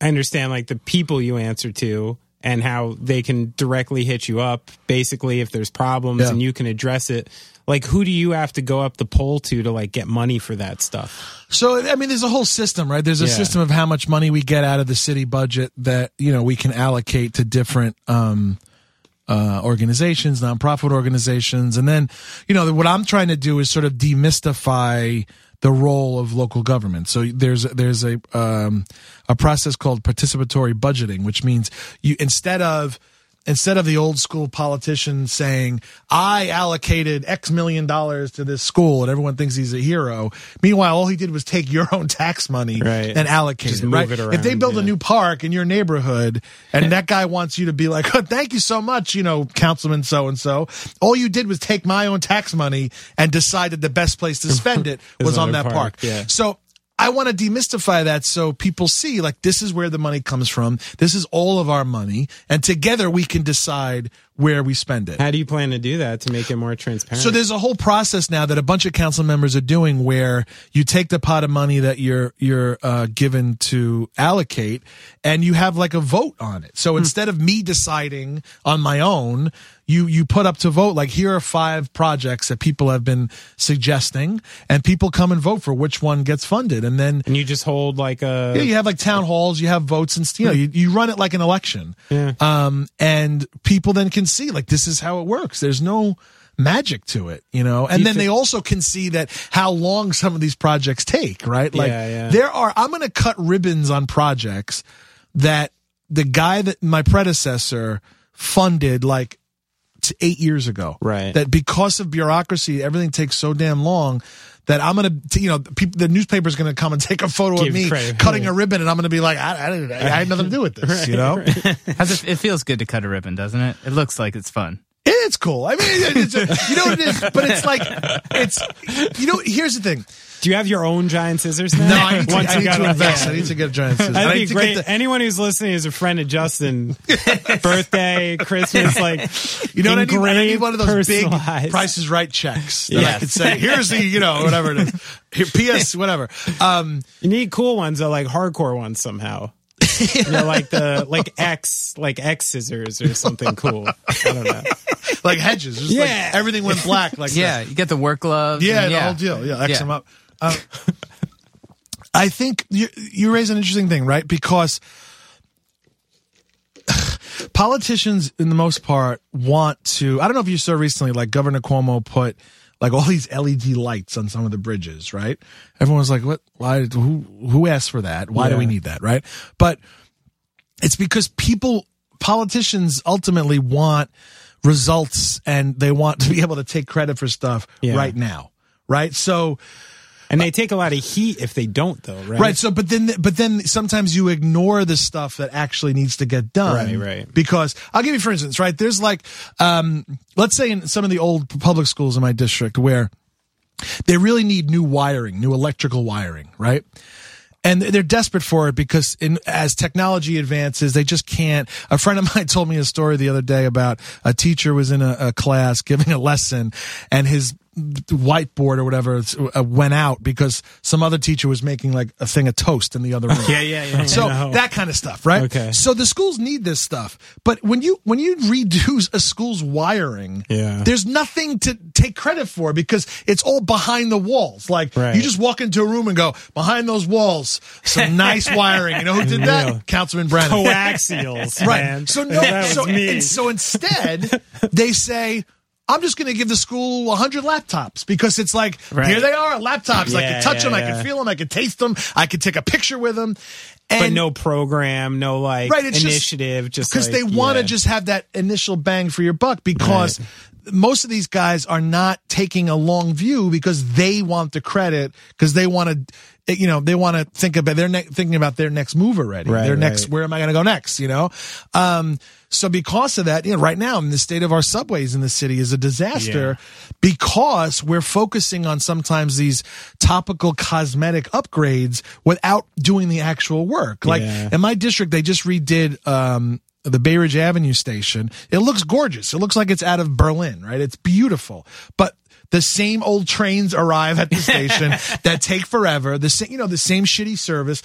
I understand like the people you answer to and how they can directly hit you up basically if there's problems
Yeah.
and you can address it. Like who do you have to go up the pole to to like get money for that stuff?
So I mean, there's a whole system, right? There's a
Yeah.
system of how much money we get out of the city budget that you know we can allocate to different um, uh, organizations, nonprofit organizations, and then you know what I'm trying to do is sort of demystify the role of local government. So there's there's a um, a process called participatory budgeting, which means you instead of instead of the old school politician saying i allocated x million dollars to this school and everyone thinks he's a hero meanwhile all he did was take your own tax money
Right.
and allocate
Just
it,
move
right?
it
if they
around,
build a
yeah.
new park in your neighborhood and that guy wants you to be like oh, thank you so much you know councilman so and so all you did was take my own tax money and decided the best place to spend it was on that
another
park,
park, yeah.
so I want to demystify that so people see like this is where the money comes from. This is all of our money, and together we can decide where we spend it.
How do you plan to do that to make it more transparent?
So there's a whole process now that a bunch of council members are doing where you take the pot of money that you're you're uh, given to allocate, and you have like a vote on it. So instead of me deciding on my own, you you put up to vote like here are five projects that people have been suggesting, and people come and vote for which one gets funded, and then
and you just hold like a
yeah, you have like town halls, you have votes, and you know, you, you run it like an election. Um, and people then can see like this is how it works. There's no magic to it, you know. And then they also can see that how long some of these projects take, right? Like
Yeah, yeah.
there are. I'm going to cut ribbons on projects that the guy that my predecessor funded like t- eight years ago.
Right.
That because of bureaucracy, everything takes so damn long that I'm gonna, t- you know, the peop the newspaper's gonna come and take a photo
Give
of me
credit.
cutting a ribbon, and I'm gonna be like, I, I, didn't, I had nothing to do with this, you know.
How's it, it feels good to cut a ribbon, doesn't it? It looks like it's fun.
It's cool. I mean, it's a, you know what it is, but it's like, it's, you know, here's the thing.
Do you have your own giant scissors now?
No, I need to,
Once
I
you
need
got
to
it-
invest. I need to get a giant scissors. I
That'd
need
be
to get
great.
the-
Anyone who's listening is a friend of Justin. Birthday, Christmas, like
You know what I need? I need one of those big
personalized.
Prices Right checks that I
Yes.
could say, here's the, you know, whatever it is. Here, P.S. whatever. Um,
You need cool ones though, like hardcore ones somehow. you know, like the like X, like X scissors or something cool. I don't know.
like hedges. Just
Yeah.
like everything went black. Like that.
Yeah, you get the work gloves.
Yeah,
and
the whole deal. Yeah, X
Yeah.
them up. Um, I think you, you raise an interesting thing, right? Because politicians, in the most part, want to. I don't know if you saw recently, like Governor Cuomo put like all these LED lights on some of the bridges, right? Everyone was like, "What? Why? Who? Who asked for that? Why do we
Yeah.
need that?" Right? But it's because people politicians ultimately want results and they want to be able to take credit for stuff
Yeah.
right now right so
And they take a lot of heat if they don't, though, right?
Right. So, but then, but then sometimes you ignore the stuff that actually needs to get
Right,
done.
right.
Because I'll give you, for instance, right. There's like, um, let's say in some of the old public schools in my district where they really need new wiring, new electrical wiring, right? And they're desperate for it because in, as technology advances, they just can't. A friend of mine told me a story the other day about a teacher was in a, a class giving a lesson and his whiteboard or whatever uh, went out because some other teacher was making like a thing of toast in the other room.
Yeah, yeah, yeah.
So
No.
that kind of stuff, right?
Okay.
So the schools need this stuff, but when you when you redo a school's wiring,
Yeah.
there's nothing to take credit for because it's all behind the walls. Like
Right.
you just walk into a room and go behind those walls, some nice wiring. You know who did
Yeah.
that? Councilman Brennan.
Coaxials,
right.
man.
So no.
That
So,
was me.
and so instead, they say. I'm just going to give the school 100 laptops because it's like,
Right.
here they are, laptops. I
Yeah,
can touch them, I
yeah,
can
yeah.
feel them, I can taste them, I can take a picture with them. And
but no program, no like
right, it's
initiative, just
because
like,
they want to
yeah.
just have that initial bang for your buck because most of these guys are not taking a long view because they want the credit because they want to you know they want to think about they're ne- thinking about their next move already
Right,
their next
right.
where am i going to go next you know um so because of that you know right now in the state of our subways in the city is a disaster because we're focusing on sometimes these topical cosmetic upgrades without doing the actual work like
Yeah.
in my district, they just redid um, the Bay Ridge Avenue station. It looks gorgeous. It looks like it's out of Berlin, right? It's beautiful. But the same old trains arrive at the station that take forever. The same, you know, the same shitty service.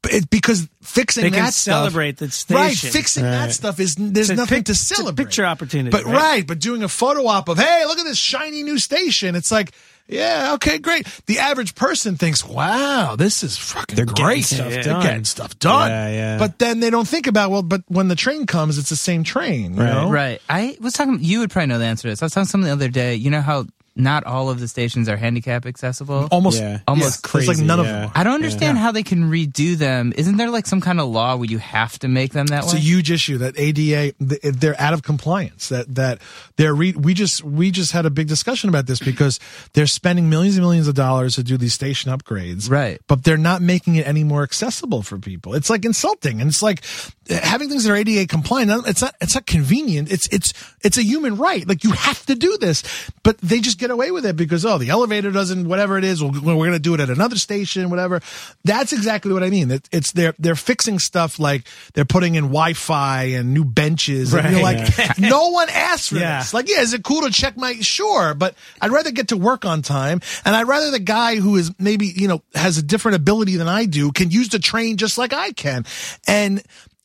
But It, because fixing
They
that
can
stuff-
celebrate the
right?
station.
Fixing that stuff is
It's
there's
a
nothing
pic-
to
it's a
celebrate.
picture opportunity,
but
right?
But doing a photo op of hey, look at this shiny new station. It's like. Yeah, okay, great. The average person thinks, "Wow, this is fucking
They're getting
great
stuff
They're
done.
getting stuff done."
Yeah, yeah.
But then they don't think about well, but when the train comes, it's the same train, you
Right.
know?
Right. I was talking. You would probably know the answer to this. I was talking to someone the other day. You know how not all of the stations are handicap accessible.
Almost,
Yeah.
Almost
it's like
crazy,
none
yeah.
of them.
I don't understand how they can redo them. Isn't there like some kind of law where you have to make them that
It's a
way?
huge issue that ADA th- they're out of compliance. That that they're re- we just we just had a big discussion about this because they're spending millions and millions of dollars to do these station upgrades,
Right.
But they're not making it any more accessible for people. It's like insulting, and it's like eh, having things that are ADA compliant. It's not it's not convenient. It's it's it's a human right. Like you have to do this, but they just get away with it because oh the elevator doesn't whatever it is. We'll, we're going to do it at another station, whatever. That's exactly what I mean. It, it's they're they're fixing stuff like they're putting in Wi-Fi and new benches, and you're
Right.
like no one asked for
Yeah.
this. Like yeah, is it cool to check my sure? But I'd rather get to work on time, and I'd rather the guy who is maybe you know has a different ability than I do can use the train just like I can, and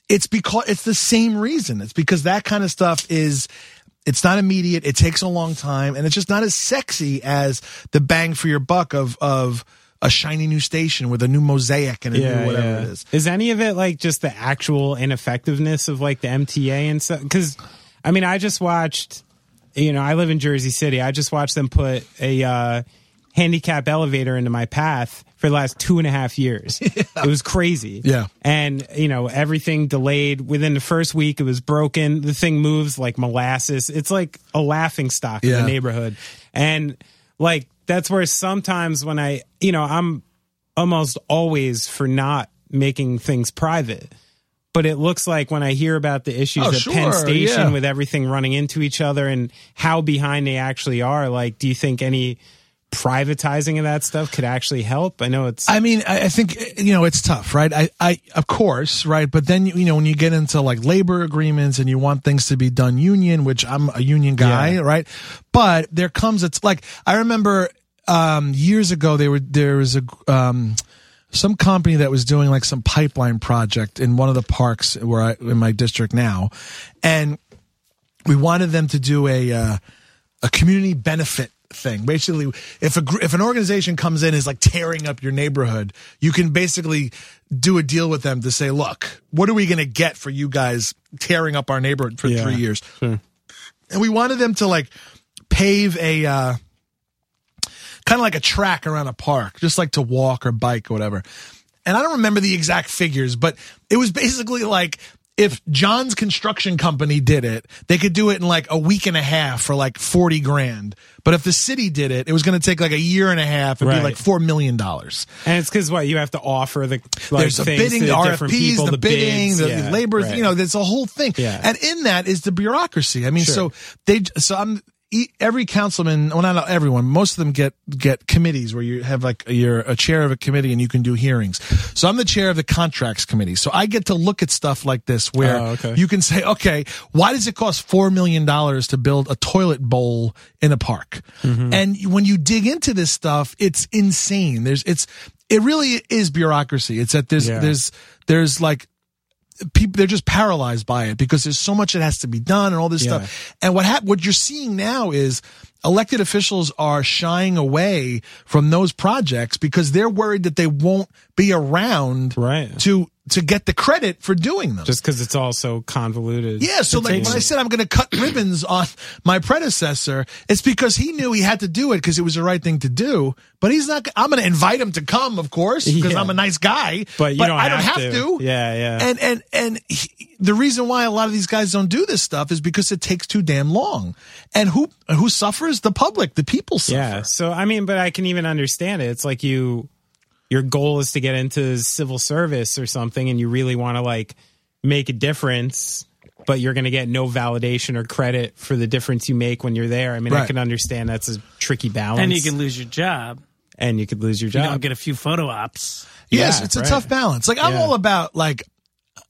it's because it's the same reason. It's because that kind of stuff is it's not immediate. It takes a long time, and it's just not as sexy as the bang for your buck of of a shiny new station with a new mosaic and a
yeah,
new whatever
yeah.
it is.
Is any of it like just the actual ineffectiveness of like the MTA and stuff? Because I mean, I just watched. You know, I live in Jersey City. I just watched them put a uh, handicap elevator into my path for the last two and a half years. It was crazy.
Yeah.
and you know everything delayed within the first week. It was broken. The thing moves like molasses. It's like a laughing stock in
Yeah.
the neighborhood, and like that's where sometimes when I, you know, I'm almost always for not making things private. But it looks like when I hear about the issues
Oh,
at Penn
sure,
Station
yeah.
with everything running into each other and how behind they actually are, like, do you think any privatizing of that stuff could actually help? I know it's
I mean, I, I think you know it's tough, right? I, I, of course, right. But then you know when you get into like labor agreements and you want things to be done union, which I'm a union guy,
Yeah.
right? But there comes it's like I remember um, years ago they were there was a um, some company that was doing like some pipeline project in one of the parks where I in my district now, and we wanted them to do a uh, a community benefit thing. Basically, if a gr- if an organization comes in and is like tearing up your neighborhood, you can basically do a deal with them to say, "Look, what are we going to get for you guys tearing up our neighborhood for
Yeah,
3 years?" And we wanted them to like pave a uh, kind of like a track around a park, just like to walk or bike or whatever. And I don't remember the exact figures, but it was basically like if John's construction company did it, they could do it in like a week and a half for like 40 grand. But if the city did it, it was going to take like a year and a half and be
Right.
like $4 million. dollars.
And it's because what you have to offer the like,
There's the
things
bidding,
to
the
different
RFPs,
people,
the, bidding,
bids.
the,
Yeah,
the labor.
right.
You know, there's a whole thing.
Yeah.
And in that is the bureaucracy. I mean, so
Sure.
they, so I'm e- every councilman. Well, not everyone. Most of them get get committees where you have like you're a chair of a committee and you can do hearings. So I'm the chair of the contracts committee. So I get to look at stuff like this where
Oh, okay.
you can say, okay, why does it cost four million dollars to build a toilet bowl in a park?
Mm-hmm.
And when you dig into this stuff, it's insane. There's it's it really is bureaucracy. It's that there's
Yeah.
there's there's like people they're just paralyzed by it because there's so much that has to be done and all this
Yeah.
stuff. And what hap- what you're seeing now is elected officials are shying away from those projects because they're worried that they won't be around
Right.
to to get the credit for doing them.
just because it's all so convoluted.
Yeah, so
It
like
takes-
when I said I'm going to cut ribbons on my predecessor, it's because he knew he had to do it because it was the right thing to do. But he's not. I'm going to invite him to come, of course, because
Yeah.
I'm a nice guy.
But you don't
I don't have
have
to.
to. Yeah, yeah.
And and and he, the reason why a lot of these guys don't do this stuff is because it takes too damn long. And who who suffers? The public, the people suffer.
yeah. So I mean, but I can even understand it. It's like you, your goal is to get into civil service or something, and you really want to like make a difference, but you're going to get no validation or credit for the difference you make when you're there. I mean,
Right.
I can understand that's a tricky balance,
and you can lose your job.
and you could lose your
You
job.
don't get a few photo ops.
Yes,
Yeah,
it's a
right.
tough balance. Like I'm
Yeah.
all about like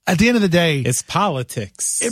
at the end of the day,
it's politics.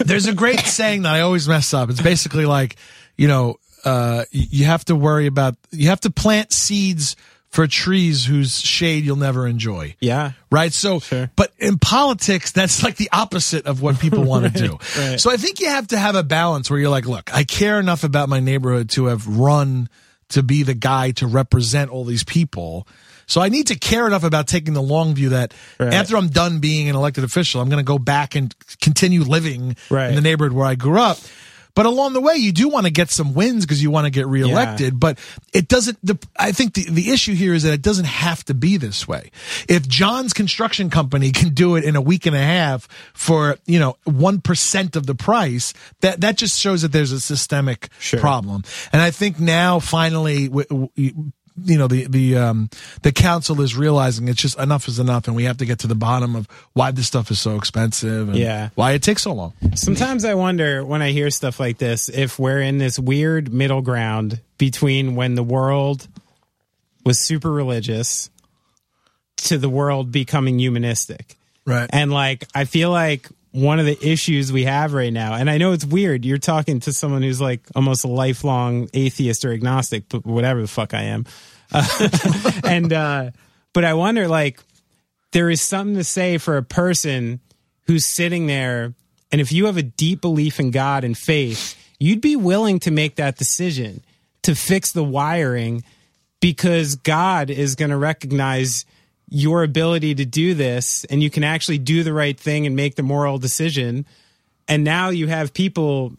There's a great saying that I always mess up. It's basically like, you know, uh, y- you have to worry about, you have to plant seeds for trees whose shade you'll never enjoy.
yeah.
Right. So,
Sure.
but in politics, that's like the opposite of what people want to do. So I think you have to have a balance where you're like, look, I care enough about my neighborhood to have run to be the guy to represent all these people. So I need to care enough about taking the long view that after I'm done being an elected official, I'm going to go back and continue living
Right.
in the neighborhood where I grew up. But along the way, you do want to get some wins because you want to get reelected. But it doesn't. The, I think the, the issue here is that it doesn't have to be this way. If John's construction company can do it in a week and a half for you know one percent of the price, that that just shows that there's a systemic problem. And I think now finally. W- w- you know the the um the council is realizing it's just enough is enough and we have to get to the bottom of why this stuff is so expensive and
Yeah.
why it takes so long
Sometimes I wonder when I hear stuff like this if we're in this weird middle ground between when the world was super religious to the world becoming humanistic.
right
And like, I feel like one of the issues we have right now, and I know it's weird, you're talking to someone who's like almost a lifelong atheist or agnostic, but whatever the fuck I am. Uh, and, uh, but I wonder, like, there is something to say for a person who's sitting there, and if you have a deep belief in God and faith, you'd be willing to make that decision to fix the wiring because God is going to recognize your ability to do this and you can actually do the right thing and make the moral decision. And now you have people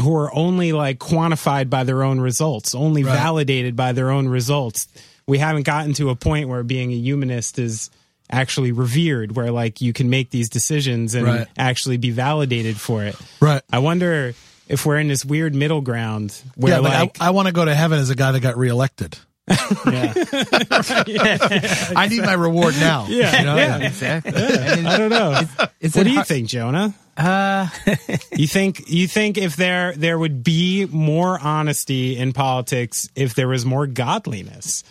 who are only like quantified by their own results, only validated by their own results. We haven't gotten to a point where being a humanist is actually revered, where like you can make these decisions and
Right.
actually be validated for it.
Right.
I wonder if we're in this weird middle ground where
yeah, like,
like
I, I want to go to heaven as a guy that got reelected. I need my reward now. Yeah,
Exactly. I, mean,
I don't know.
is
What
it
do you
hard-
think, Jonah?
Uh,
You think you think if there there would be more honesty in politics if there was more godliness?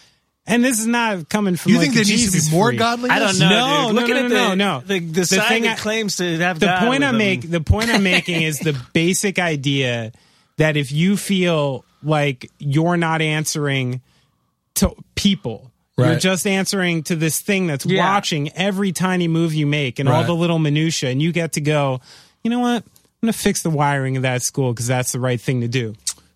And this is not coming from
You
like
think there
the
needs
Jesus
to be more
freak.
godliness?
I don't know.
No,
dude.
no,
Looking
no,
at
no,
the,
no.
The, the,
The
side
thing
that
I-
claims to have
the
God
point
with
I'm
them.
making the point I'm making is the basic idea that if you feel like you're not answering to people, you're
Right.
just answering to this thing that's
Yeah.
watching every tiny move you make and all
Right.
the little minutia, and you get to go, you know what? I'm gonna fix the wiring of that school because that's the right thing to do.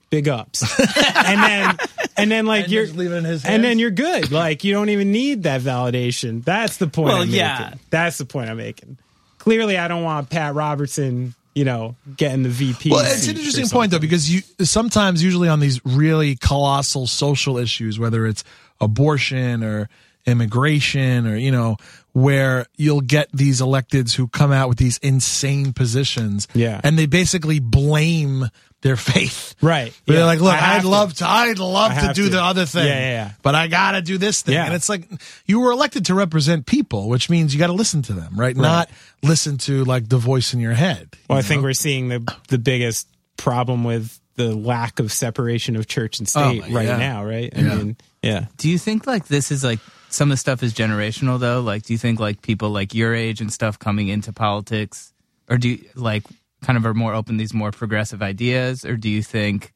Big ups, and then and then like
And
you're
just leave it in his
and then
hands?
you're good. Like you don't even need that validation. That's the point.
Well,
I'm
yeah.
making. that's the point I'm making clearly I don't want Pat Robertson, you know, getting the VP.
Well, it's
seat
an
or
interesting
something.
point though because you sometimes, usually on these really colossal social issues, whether it's abortion or immigration or you know where you'll get these electeds who come out with these insane positions.
Yeah.
And they basically blame their faith.
Right.
They're
Yeah.
like, look,
I have
I'd
to.
love to, I'd love
I
to
have
do
to.
the other thing.
Yeah, yeah, yeah.
But I gotta do this thing.
Yeah.
And it's like you were elected to represent people, which means you gotta listen to them, right? Not listen to like the voice in your head.
Well, I think we're seeing the the biggest problem with the lack of separation of church and
Oh,
state
my-
right
yeah.
now, right? I
Yeah.
mean, yeah.
Do you think like this is like some of the stuff is generational though? Like, do you think like people like your age and stuff coming into politics, or do you, like kind of are more open to these more progressive ideas, or do you think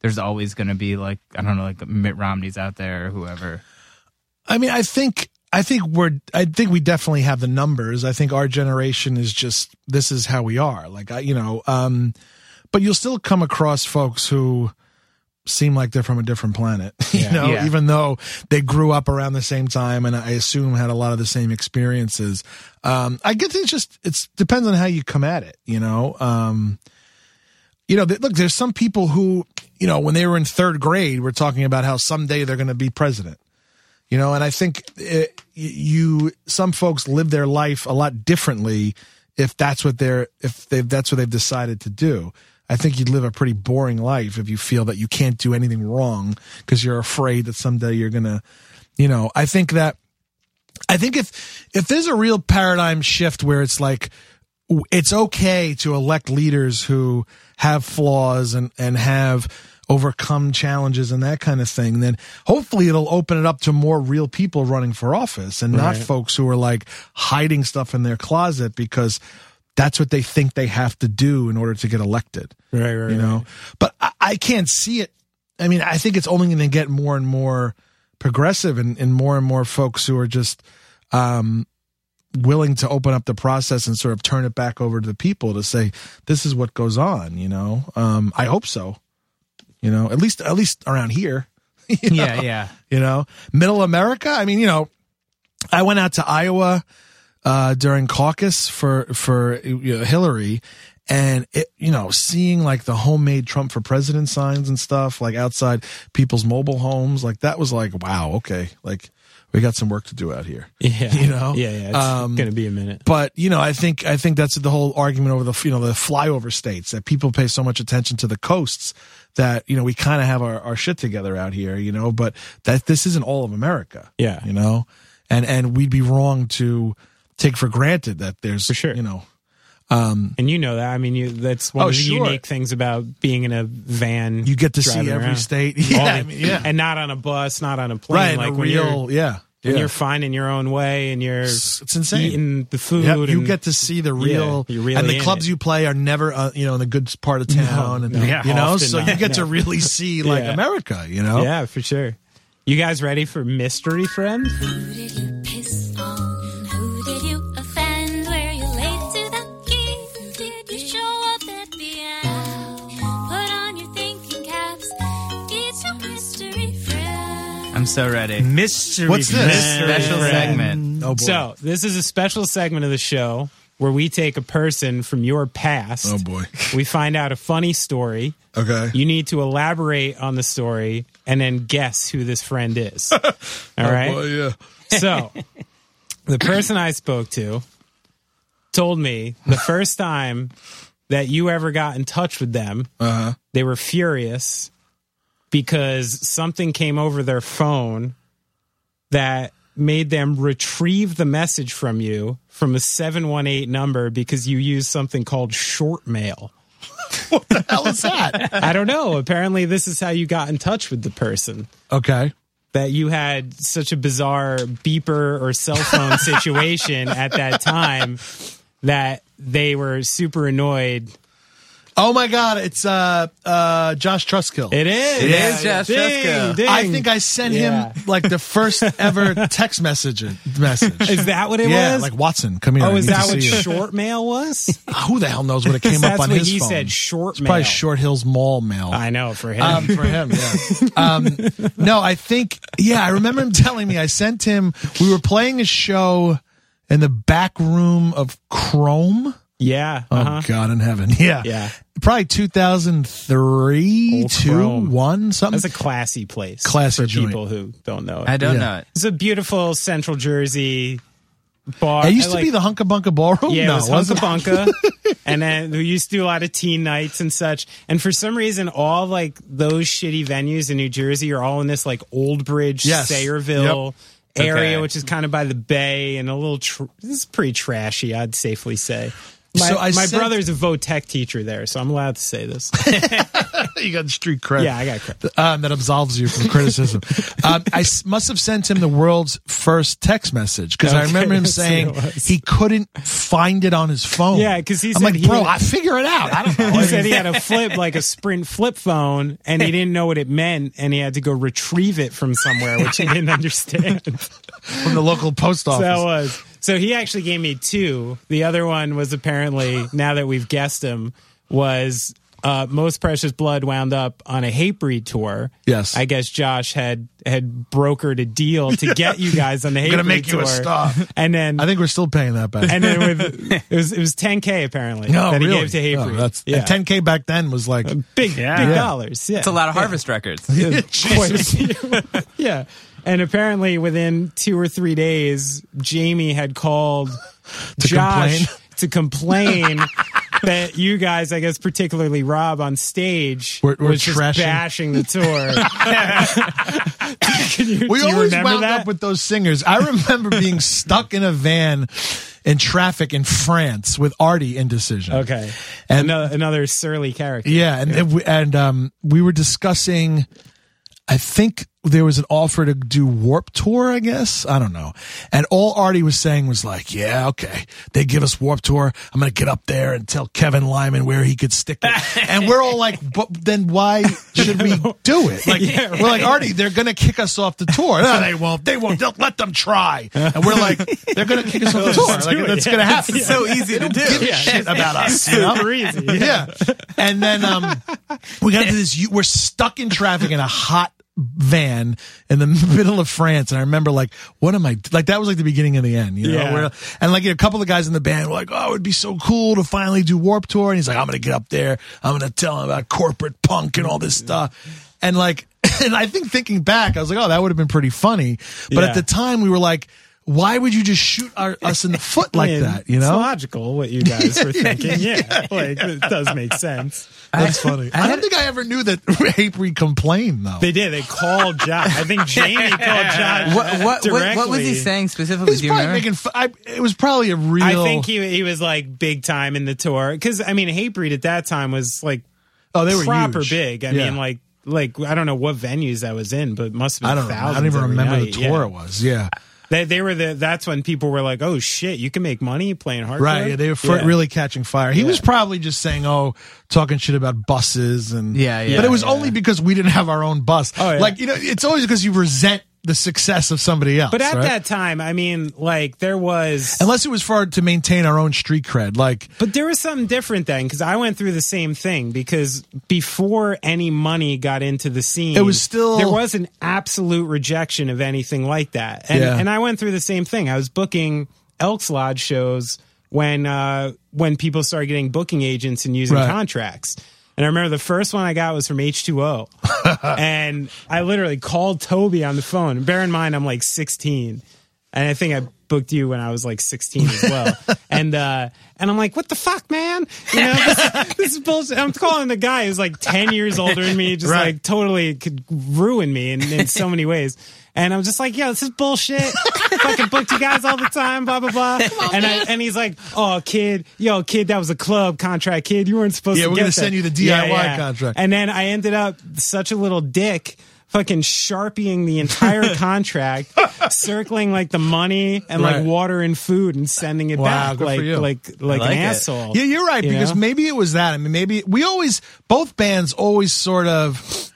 there's always going to be like I don't know like Mitt Romney's out there or whoever?
I mean, I think I think we're I think we definitely have the numbers. I think our generation is just this is how we are. Like I, you know, um but you'll still come across folks who seem like they're from a different planet. you know,
Yeah.
even though they grew up around the same time and I assume had a lot of the same experiences. Um I guess it's just it's depends on how you come at it, you know. Um you know, th- look, there's some people who, you know, when they were in third grade, were talking about how someday they're going to be president. You know, and I think it, you, some folks live their life a lot differently if that's what they're, if they that's what they've decided to do. I think you'd live a pretty boring life if you feel that you can't do anything wrong because you're afraid that someday you're going to, you know, I think that, I think if, if there's a real paradigm shift where it's like, it's okay to elect leaders who have flaws and, and have overcome challenges and that kind of thing, then hopefully it'll open it up to more real people running for office and not folks who are like hiding stuff in their closet because that's what they think they have to do in order to get elected.
Right, right,
You know? But I, I can't see it. I mean, I think it's only going to get more and more progressive and, and more and more folks who are just um, willing to open up the process and sort of turn it back over to the people to say this is what goes on you know um i hope so you know at least at least around here you know?
Yeah, yeah.
you know middle america i mean you know i went out to iowa uh during caucus for for you know, hillary and it, you know seeing like the homemade trump for president signs and stuff like outside people's mobile homes like that was like wow okay like we got some work to do out here
Yeah.
You know?
Yeah, yeah. It's
Um,
gonna be a minute.
but you know, I think I think that's the whole argument over the you know the flyover states that people pay so much attention to the coasts that you know we kind of have our, our shit together out here, you know. But that this isn't all of America,
Yeah.
you know, and and we'd be wrong to take for granted that there's
For sure.
you know,
And you know that. I mean, you, that's one
Oh,
of the
sure.
unique things about being in a van.
you get to see
driving
every
around.
state, yeah,
Only-
I mean, yeah,
And not on a bus, not on a plane.
right,
like
a
when you're,
real, yeah,
when
yeah.
you're finding your own way and you're
It's- it's insane.
eating the food.
Yep, you
and-
get to see the real,
you're really
and
in
the clubs
it.
you play are never, uh, you know, in the good part of town, and
no,
you know,
often
so you
not,
get to
no.
really see like
Yeah.
America, you know.
Yeah, for sure. You guys ready for mystery friend?
Oh,
Who did you piss on? Who did you offend? Were you late to the game? Did you show up at the end? Put on your thinking caps. It's your mystery friend.
I'm so ready.
Mystery.
What's this?
Man.
Special segment.
Oh boy.
So this is a special segment of the show where we take a person from your past.
oh boy.
We find out a funny story.
Okay.
You need to elaborate on the story and then guess who this friend is. All right.
Oh, Boy, yeah.
So the person I spoke to told me the first time that you ever got in touch with them,
Uh-huh.
they were furious because something came over their phone that made them retrieve the message from you from a 718 number because you used something called short mail.
Hell is that?
I don't know. Apparently, this is how you got in touch with the person
okay.
that you had such a bizarre beeper or cell phone situation at that time that they were super annoyed.
Oh my God! It's uh uh Josh Truskill.
It is.
It is Josh
Ding,
Fusco.
ding.
I think I sent
Yeah.
him like the first ever text message. Message.
Is that what it
yeah,
was?
like Watson, come here.
oh,
I
is
need to
that what
see you."
short mail was?
Who the hell knows what it came up
That's
on
what
his
he
phone?
said, short
It's probably
mail.
Short Hills Mall mail.
I know for him.
Um, for him, yeah. Um, no, I think, yeah, I remember him telling me I sent him, we were playing a show in the back room of Chrome.
yeah. Uh-huh.
Oh, God in heaven. Yeah.
Yeah.
Probably 2003,
Old
2,
Chrome.
1,
That's
something.
a classy place.
Classy
for
joint.
people who don't know it.
I don't
Yeah.
know. it.
it's a beautiful central Jersey bar.
it
I
used to
like-
be the Hunka Bunka Ballroom.
Yeah,
Oh, no,
it was
wasn't
Hunka Bunka. and then we used to do a lot of teen nights and such. And for some reason, all like those shitty venues in New Jersey are all in this like Old Bridge,
Yes.
Sayreville area,
Okay.
which is kind of by the bay and a little. Tr- this is pretty trashy, I'd safely say. My,
So I
my
sent-
brother's a Votech teacher there, so I'm allowed to say this.
you got street cred.
yeah, I got credit.
um, that absolves you from criticism. um, I s- must have sent him the world's first text message because I
Okay,
remember him
that's what
saying
it was.
he couldn't find it on his phone.
Yeah, 'cause he
I'm
said
like,
he-
bro, I figure it out. I don't know.
He said he had a flip, like a Sprint flip phone, and he didn't know what it meant, and he had to go retrieve it from somewhere, which he didn't understand.
from the local post office.
So um, that was. So he actually gave me two. The other one was apparently, now that we've guessed him, was uh, Most Precious Blood wound up on a hate breed tour.
Yes.
I guess Josh had had brokered a deal to get you guys on the hate
Gonna
breed
make you
tour.
a star.
And then
I think we're still paying that back.
and then with it was it was ten K apparently
no,
that he
really.
gave to hate
No,
breed.
that's,
yeah. Um,
and 10K back then was like,
big
Yeah.
big
Yeah.
dollars. Yeah.
It's a lot of Harvest records.
Jesus.
yeah. And apparently, within two or three days, Jamie had called Josh
complain?
to complain that you guys, I guess, particularly Rob on stage,
We're- we're
was just
trashing.
bashing the tour. Can you,
We
do you
always
remember
wound
that?
up with those singers. I remember being stuck in a van in traffic in France with Artie Indecision.
okay,
And-
another, another surly character.
Yeah, and and we- and um, we were discussing. I think there was an offer to do Warp Tour. I guess I don't know. And all Artie was saying was like, "Yeah, okay, they give us Warp Tour. I'm gonna get up there and tell Kevin Lyman where he could stick it." and we're all like, "But then why should we do it?" Like
Yeah,
we're like, "Artie, they're gonna kick us off the tour." No, they won't. They won't. They'll let them try. And we're like, "They're gonna kick us off the tour. Like that's gonna happen."
It's so easy to do.
Give a shit about us. you know?
Super easy.
yeah. And then um, we got to do this. you- We're stuck in traffic in a hot van in the middle of France. And I remember like, what am I like? That was like the beginning and the end, you know.
Yeah.
We're- and like a couple of guys in the band were like, oh, it would be so cool to finally do Warp Tour. And he's like, I'm gonna get up there. I'm gonna tell him about corporate punk and all this stuff. And like, and I think thinking back, I was like, oh, that would have been pretty funny. But
Yeah.
at the time, we were like. Why would you just shoot our, us in the foot like
I mean,
that? You
it's
know,
logical what you guys were thinking. Yeah, like it does make sense.
That's funny. I, don't think I ever knew that Hapri complained though.
They did. They called Josh. I think Jamie called Josh.
What, what, what, what was
directly.
he saying
He
specifically?
was
Do you
probably
remember?
making. Fu- I, it was probably a real.
I think he he was like big time in the tour because I mean Hatebreed at that time was like
oh, they were
proper
huge.
big. I
Yeah.
mean like like I don't know what venues I was in, but must have
I
been
don't. know. I
thousands.
don't even
every
remember the
night,
tour
yeah.
it was. Yeah,
They, they were the that's when people were like, oh shit, you can make money playing hardcore.
right. Yeah, they were fir-
Yeah.
really catching fire. He was probably just saying, "Oh, talking shit about buses and
Yeah, yeah,
But it was
yeah.
only because we didn't have our own bus.
Oh, yeah.
Like you know, it's always because you resent the success of somebody else.
But at
right?
that time, I mean, like there was
unless it was for to maintain our own street cred, like
But there was something different then because I went through the same thing because before any money got into the scene,
It was still-
there was an absolute rejection of anything like that, and
Yeah.
and I went through the same thing. I was booking Elks Lodge shows when uh, when people started getting booking agents and using
Right.
contracts. And I remember the first one I got was from H2O. and I literally called Toby on the phone. Bear in mind, I'm like 16. And I think I booked you when I was like 16 as well. and uh, and I'm like, what the fuck, man? You know, this, this is bullshit. I'm calling the guy who's like 10 years older than me, just
Right.
like totally could ruin me in, in so many ways. And I'm just like, yeah, this is bullshit. Fucking booked you guys all the time, blah blah blah. and I, and he's like, oh kid, yo kid, that was a club contract, kid. You weren't supposed
Yeah,
to.
we're
get
gonna
that."
send you the
Yeah,
DIY
yeah.
contract.
And then I ended up such a little dick. Fucking sharpieing the entire contract, circling like the money and
Right.
like water and food and sending it
Wow,
back
good for
like
you.
like like,
like
an
it.
asshole.
Yeah, you're right
You
because
know?
maybe it was that. I mean, maybe we always both bands always sort of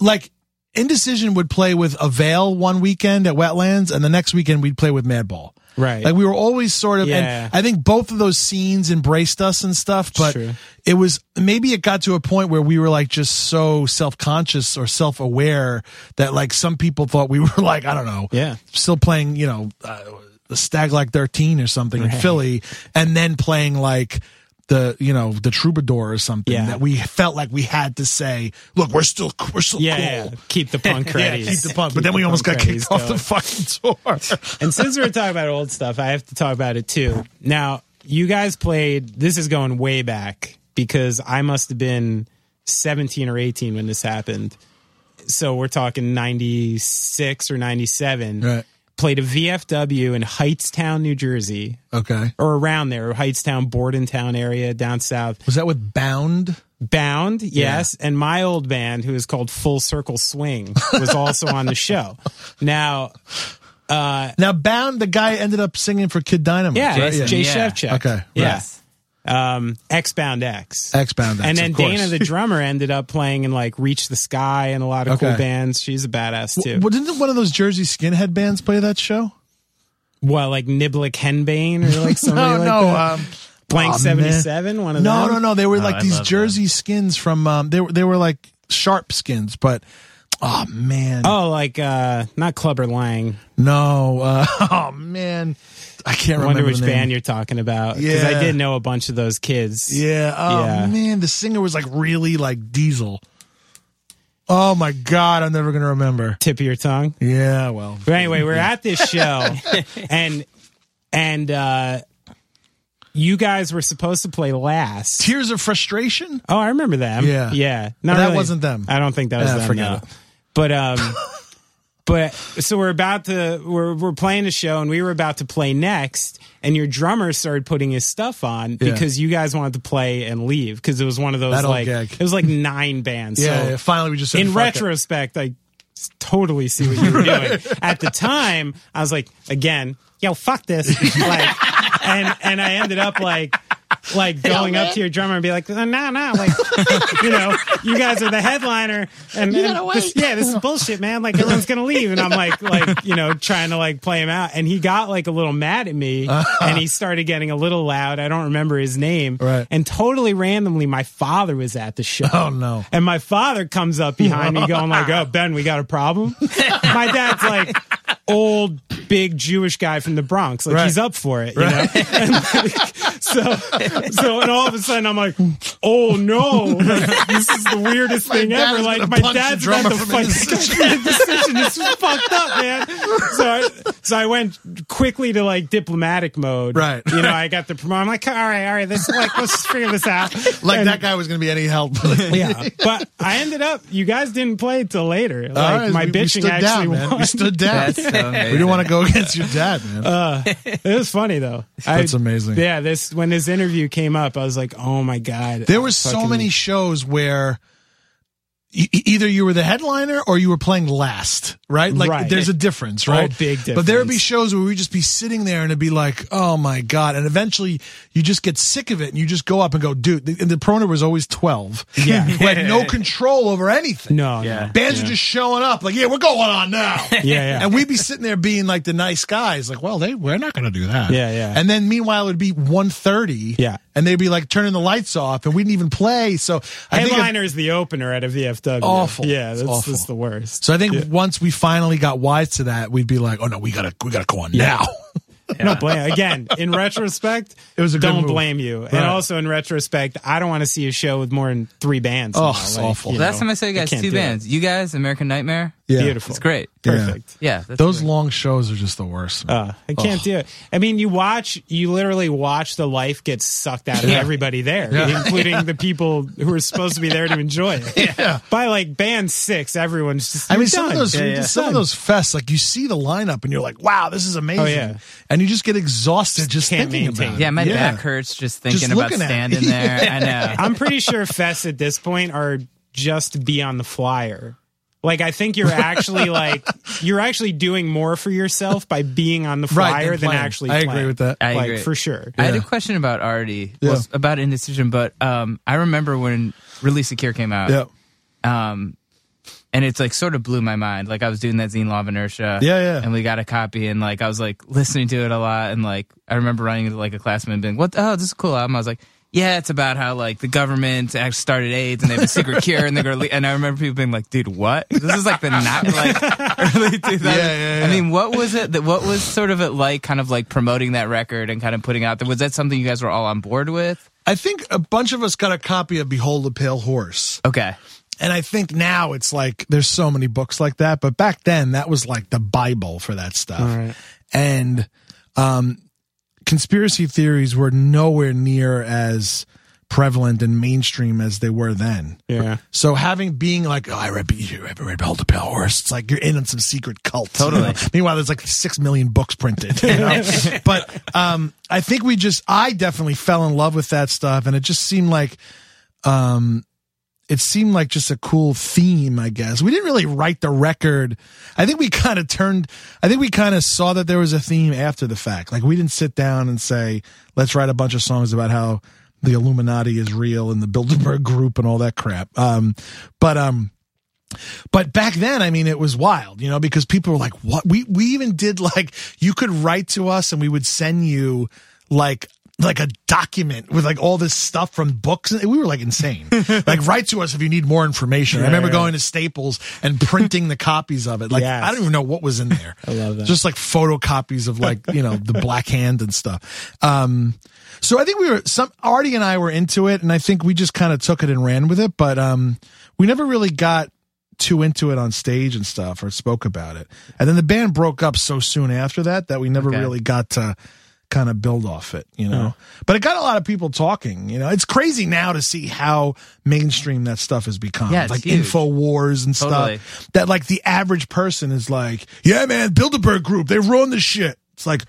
like Indecision would play with a veil one weekend at Wetlands, and the next weekend we'd play with Madball.
Right.
Like we were always sort of.
Yeah.
And I think both of those scenes embraced us and stuff, but
True.
it was maybe it got to a point where we were like just so self conscious or self aware that like some people thought we were like I don't know
Yeah.
still playing, you know, uh, the Staglock 13 or something in Philly, and then playing like the you know the troubadour or something
Yeah.
that we felt like we had to say. Look, we're still we're still
Yeah,
cool.
yeah. keep the punk
Yeah,
credits.
keep the punk. But then
the
we almost
punk
got kicked
credits
off the
going.
fucking tour.
And since we're talking about old stuff, I have to talk about it too. Now, you guys played, this is going way back because I must have been 17 or 18 when this happened. So we're talking 96 or 97.
Right.
Played a VFW in Heightstown, New Jersey,
okay.
or around there, Heightstown, Bordentown area down south.
Was that with Bound?
Bound, yes, and my old band, who is called Full Circle Swing, was also on the show. Now,
Now Bound, the guy ended up singing for Kid Dynamite.
yeah,
right?
it's
yeah.
Jay
Yeah.
Shevchuk.
Okay, right.
yes, um, X Bound X,
X Bound. X,
and then
of course.
Dana the drummer ended up playing in like Reach the Sky and a lot of cool
Okay.
bands. She's a badass too.
W- well, didn't one of those Jersey skinhead bands play that show?
well, like Niblick Henbane or like something like that.
um,
Blank
aw, man.
seventy seven. One of
no,
them?
no, no. They were like
I
these
love
Jersey skins from. Um, they were they were like sharp skins, but oh man,
Oh, like uh, not Clubber Lang.
no, uh, oh man, I can't
I wonder
remember
which
the name.
band you're talking about because I
Yeah.
did know a bunch of those kids.
Yeah. Oh
Yeah.
man, the singer was like really like Diesel. Oh my god, I'm never gonna remember.
Tip of your tongue.
Yeah, well,
But anyway, we're at this show, and and uh, you guys were supposed to play last.
Tears of Frustration.
Oh, I remember them.
Yeah.
yeah.
But that wasn't them.
I don't think that was
Yeah,
them.
forget
no.
it.
But um, but so we're about to we're we're playing a show, and we were about to play next, and your drummer started putting his stuff on because you guys wanted to play and leave because it was one of those
That old
like
gag.
it was like nine bands.
Yeah,
so
yeah, finally we just said,
in
fuck it.
retrospect, I s- totally see what you were doing. At the time, I was like, again, yo, fuck this. Like, and and I ended up like like going up to your drummer and be like, no, no, like, you know, you guys are the headliner, and, and this, yeah, this is bullshit, man. Like everyone's gonna leave, and I'm like, like you know, trying to like play him out, and he got like a little mad at me,
Uh-huh.
and he started getting a little loud. I don't remember his name,
Right.
And totally randomly, my father was at the show.
Oh, no.
And my father comes up behind me going like, "Oh, Ben, we got a problem." my dad's like old big Jewish guy from the Bronx. Like
Right.
he's up for it, you know. And like, so so and all of a sudden I'm like, "Oh no. Like, this is the weirdest thing
dad
ever."
is
Like
gonna
my
punch the
dad's got
drummer
the
from
fucking
Indecision.
decision. This is fucked up, man. So I, so I went quickly to like diplomatic mode.
Right.
You know, I got the promo. I'm like, "All right, all right. This like let's figure this out."
Like
And-
that guy was gonna be any help.
yeah, but I ended up. You guys didn't play till later. Like
All right,
my
we- we
bitching
stood
actually
down, man.
won. Uh,
We stood down.
That's so
we didn't want to go against your dad, man.
it was funny though.
That's amazing.
Yeah, this when this interview came up, I was like, oh my god.
there were so
Fucking-
many shows where e- e- either you were the headliner or you were playing last, right? Like
Right.
there's a difference,
Oh,
right?
big
But there would be
difference.
shows where we'd just be sitting there and it'd be like, oh my God. And eventually you just get sick of it and you just go up and go, dude, the, and the proner was always 12.
Yeah.
we had no control over anything.
No. Yeah.
Bands are just showing up, like, yeah, we're going on now.
Yeah, yeah.
And we'd be sitting there being like the nice guys, like, well, they we're not going to do that.
Yeah, yeah.
And then meanwhile, it'd be 1.30.
Yeah.
And they'd be like turning the lights off, and we didn't even play. So I think.
Headliner is the opener at a VFW.
Awful.
Yeah,
It's
that's
awful.
just the worst.
so I think once we finally got wise to that, we'd be like, oh no, we gotta we gotta go on now.
I'm not blame again. In retrospect,
It was a good
don't
move.
blame you. And
Right.
also in retrospect, I don't want to see a show with more than three bands.
Oh,
now.
it's
Like,
awful.
you
Last
know,
time I saw you guys,
can't
two
do it.
bands. You guys, American Nightmare.
Yeah.
Beautiful.
It's great.
Yeah.
Perfect.
Yeah, that's
Those
great.
long shows are just the worst. man.
Uh, I can't do it. I mean, you watch, you literally watch the life get sucked out of everybody there, including the people who are supposed to be there to enjoy it. Yeah. By like band six, everyone's just.
I mean,
you're
some of
done.
those
Yeah, yeah.
some of those fests, like you see the lineup and you're like, wow, this is amazing.
yeah.
And you just get exhausted just
can't
thinking
maintain.
about it.
Yeah, my back hurts just thinking about
looking at it.
standing there. I know.
I'm pretty sure fests at this point are just to be on the flyer. Like I think you're actually like you're actually doing more for yourself by being on the
Right,
flyer
than
than
playing.
actually.
I agree
playing.
with that. I
like
agree.
for sure.
I had a question about Artie,
Yeah.
well, s- about Indecision, but um, I remember when Release Secure came out,
Yeah.
um, and it's like sort of blew my mind. Like I was doing that zine Law of Inertia,
Yeah, yeah.
and we got a copy, and like I was like listening to it a lot, and like I remember running into like a classmate and being, "What? the- Oh, this is a cool album." I was like. Yeah, it's about how like the government act- started AIDS and they have a secret cure and they're gonna le-. and I remember people being like, "Dude, what? This is like the not like early 2000s.
yeah, yeah.
I mean, mean, what was it that what was sort of it like kind of like promoting that record and kind of putting out there was that something you guys were all on board with?
I think a bunch of us got a copy of Behold a Pale Horse.
Okay.
And I think now it's like there's so many books like that, but back then that was like the Bible for that stuff. And um, conspiracy theories were nowhere near as prevalent and mainstream as they were then.
Yeah.
So having being like, oh, I read, you ever read Behold the Pale Horse? It's like you're in on some secret cult. Totally. Meanwhile, there's like six million books printed. you know? but um, I think we just, I definitely fell in love with that stuff, and it just seemed like, um, it seemed like just a cool theme. I guess we didn't really write the record. I think we kind of turned. I think we kind of saw that there was a theme after the fact. Like we didn't sit down and say, let's write a bunch of songs about how the Illuminati is real and the Bilderberg Group and all that crap. Um, but um, but back then, I mean, it was wild, you know, because people were like, "What?" We we even did like you could write to us and we would send you like like a document with like all this stuff from books and we were like insane like write to us if you need more information i remember going to staples and printing the copies of it like
Yes.
i don't even know what was in there i love that just like photocopies of like you know the black hand and stuff um so I think we were some Artie and I were into it, and I think we just kind of took it and ran with it. But um, we never really got too into it on stage and stuff, or spoke about it. And then the band broke up so soon after that that we never really got to kind of build off it, you
Oh.
know. But it got a lot of people talking. You know, it's crazy now to see how mainstream that stuff has become.
Yeah, it's
like
huge.
info wars and
Totally.
stuff. That like the average person is like, yeah, man, Bilderberg Group, they ruined the shit. It's like.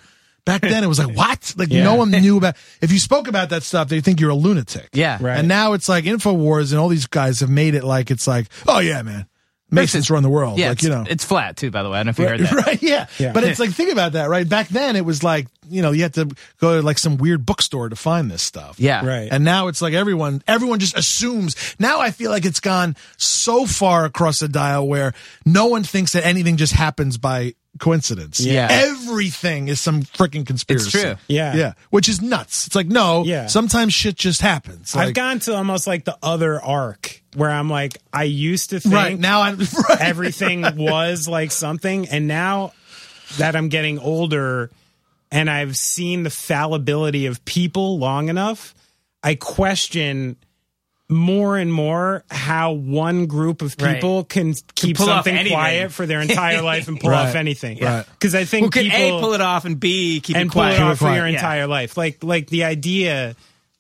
Back then, it was like what? Like no one knew about. If you spoke about that stuff, they think you're a lunatic.
Yeah.
Right.
And now it's like Infowars and all these guys have made it like it's like, oh yeah, man, Masons run the world.
Yeah.
like
it's,
you know,
it's flat too, by the way. I don't know if you heard that.
right? Yeah.
Yeah.
But it's like think about that, right? Back then, it was like you know you had to go to like some weird bookstore to find this stuff.
Yeah.
Right.
And now it's like everyone everyone just assumes. Now I feel like it's gone so far across the dial where no one thinks that anything just happens by coincidence.
Yeah.
Everything is some freaking conspiracy.
true.
Yeah.
Yeah. Which is nuts. It's like no,
Yeah.
sometimes shit just happens.
I've
Like,
gone to almost like the other arc where I'm like, I used to think
right now I'm right.
everything was like something, and now that I'm getting older and I've seen the fallibility of people long enough, I question more and more how one group of
Right.
people can keep
pull off
something
anything.
quiet for their entire life and pull
Right.
off anything.
Right.
Because I
Well,
think
could
people
A pull it off and B keep
and
it quiet?
pull it off for your
Yeah.
entire life. Like like the idea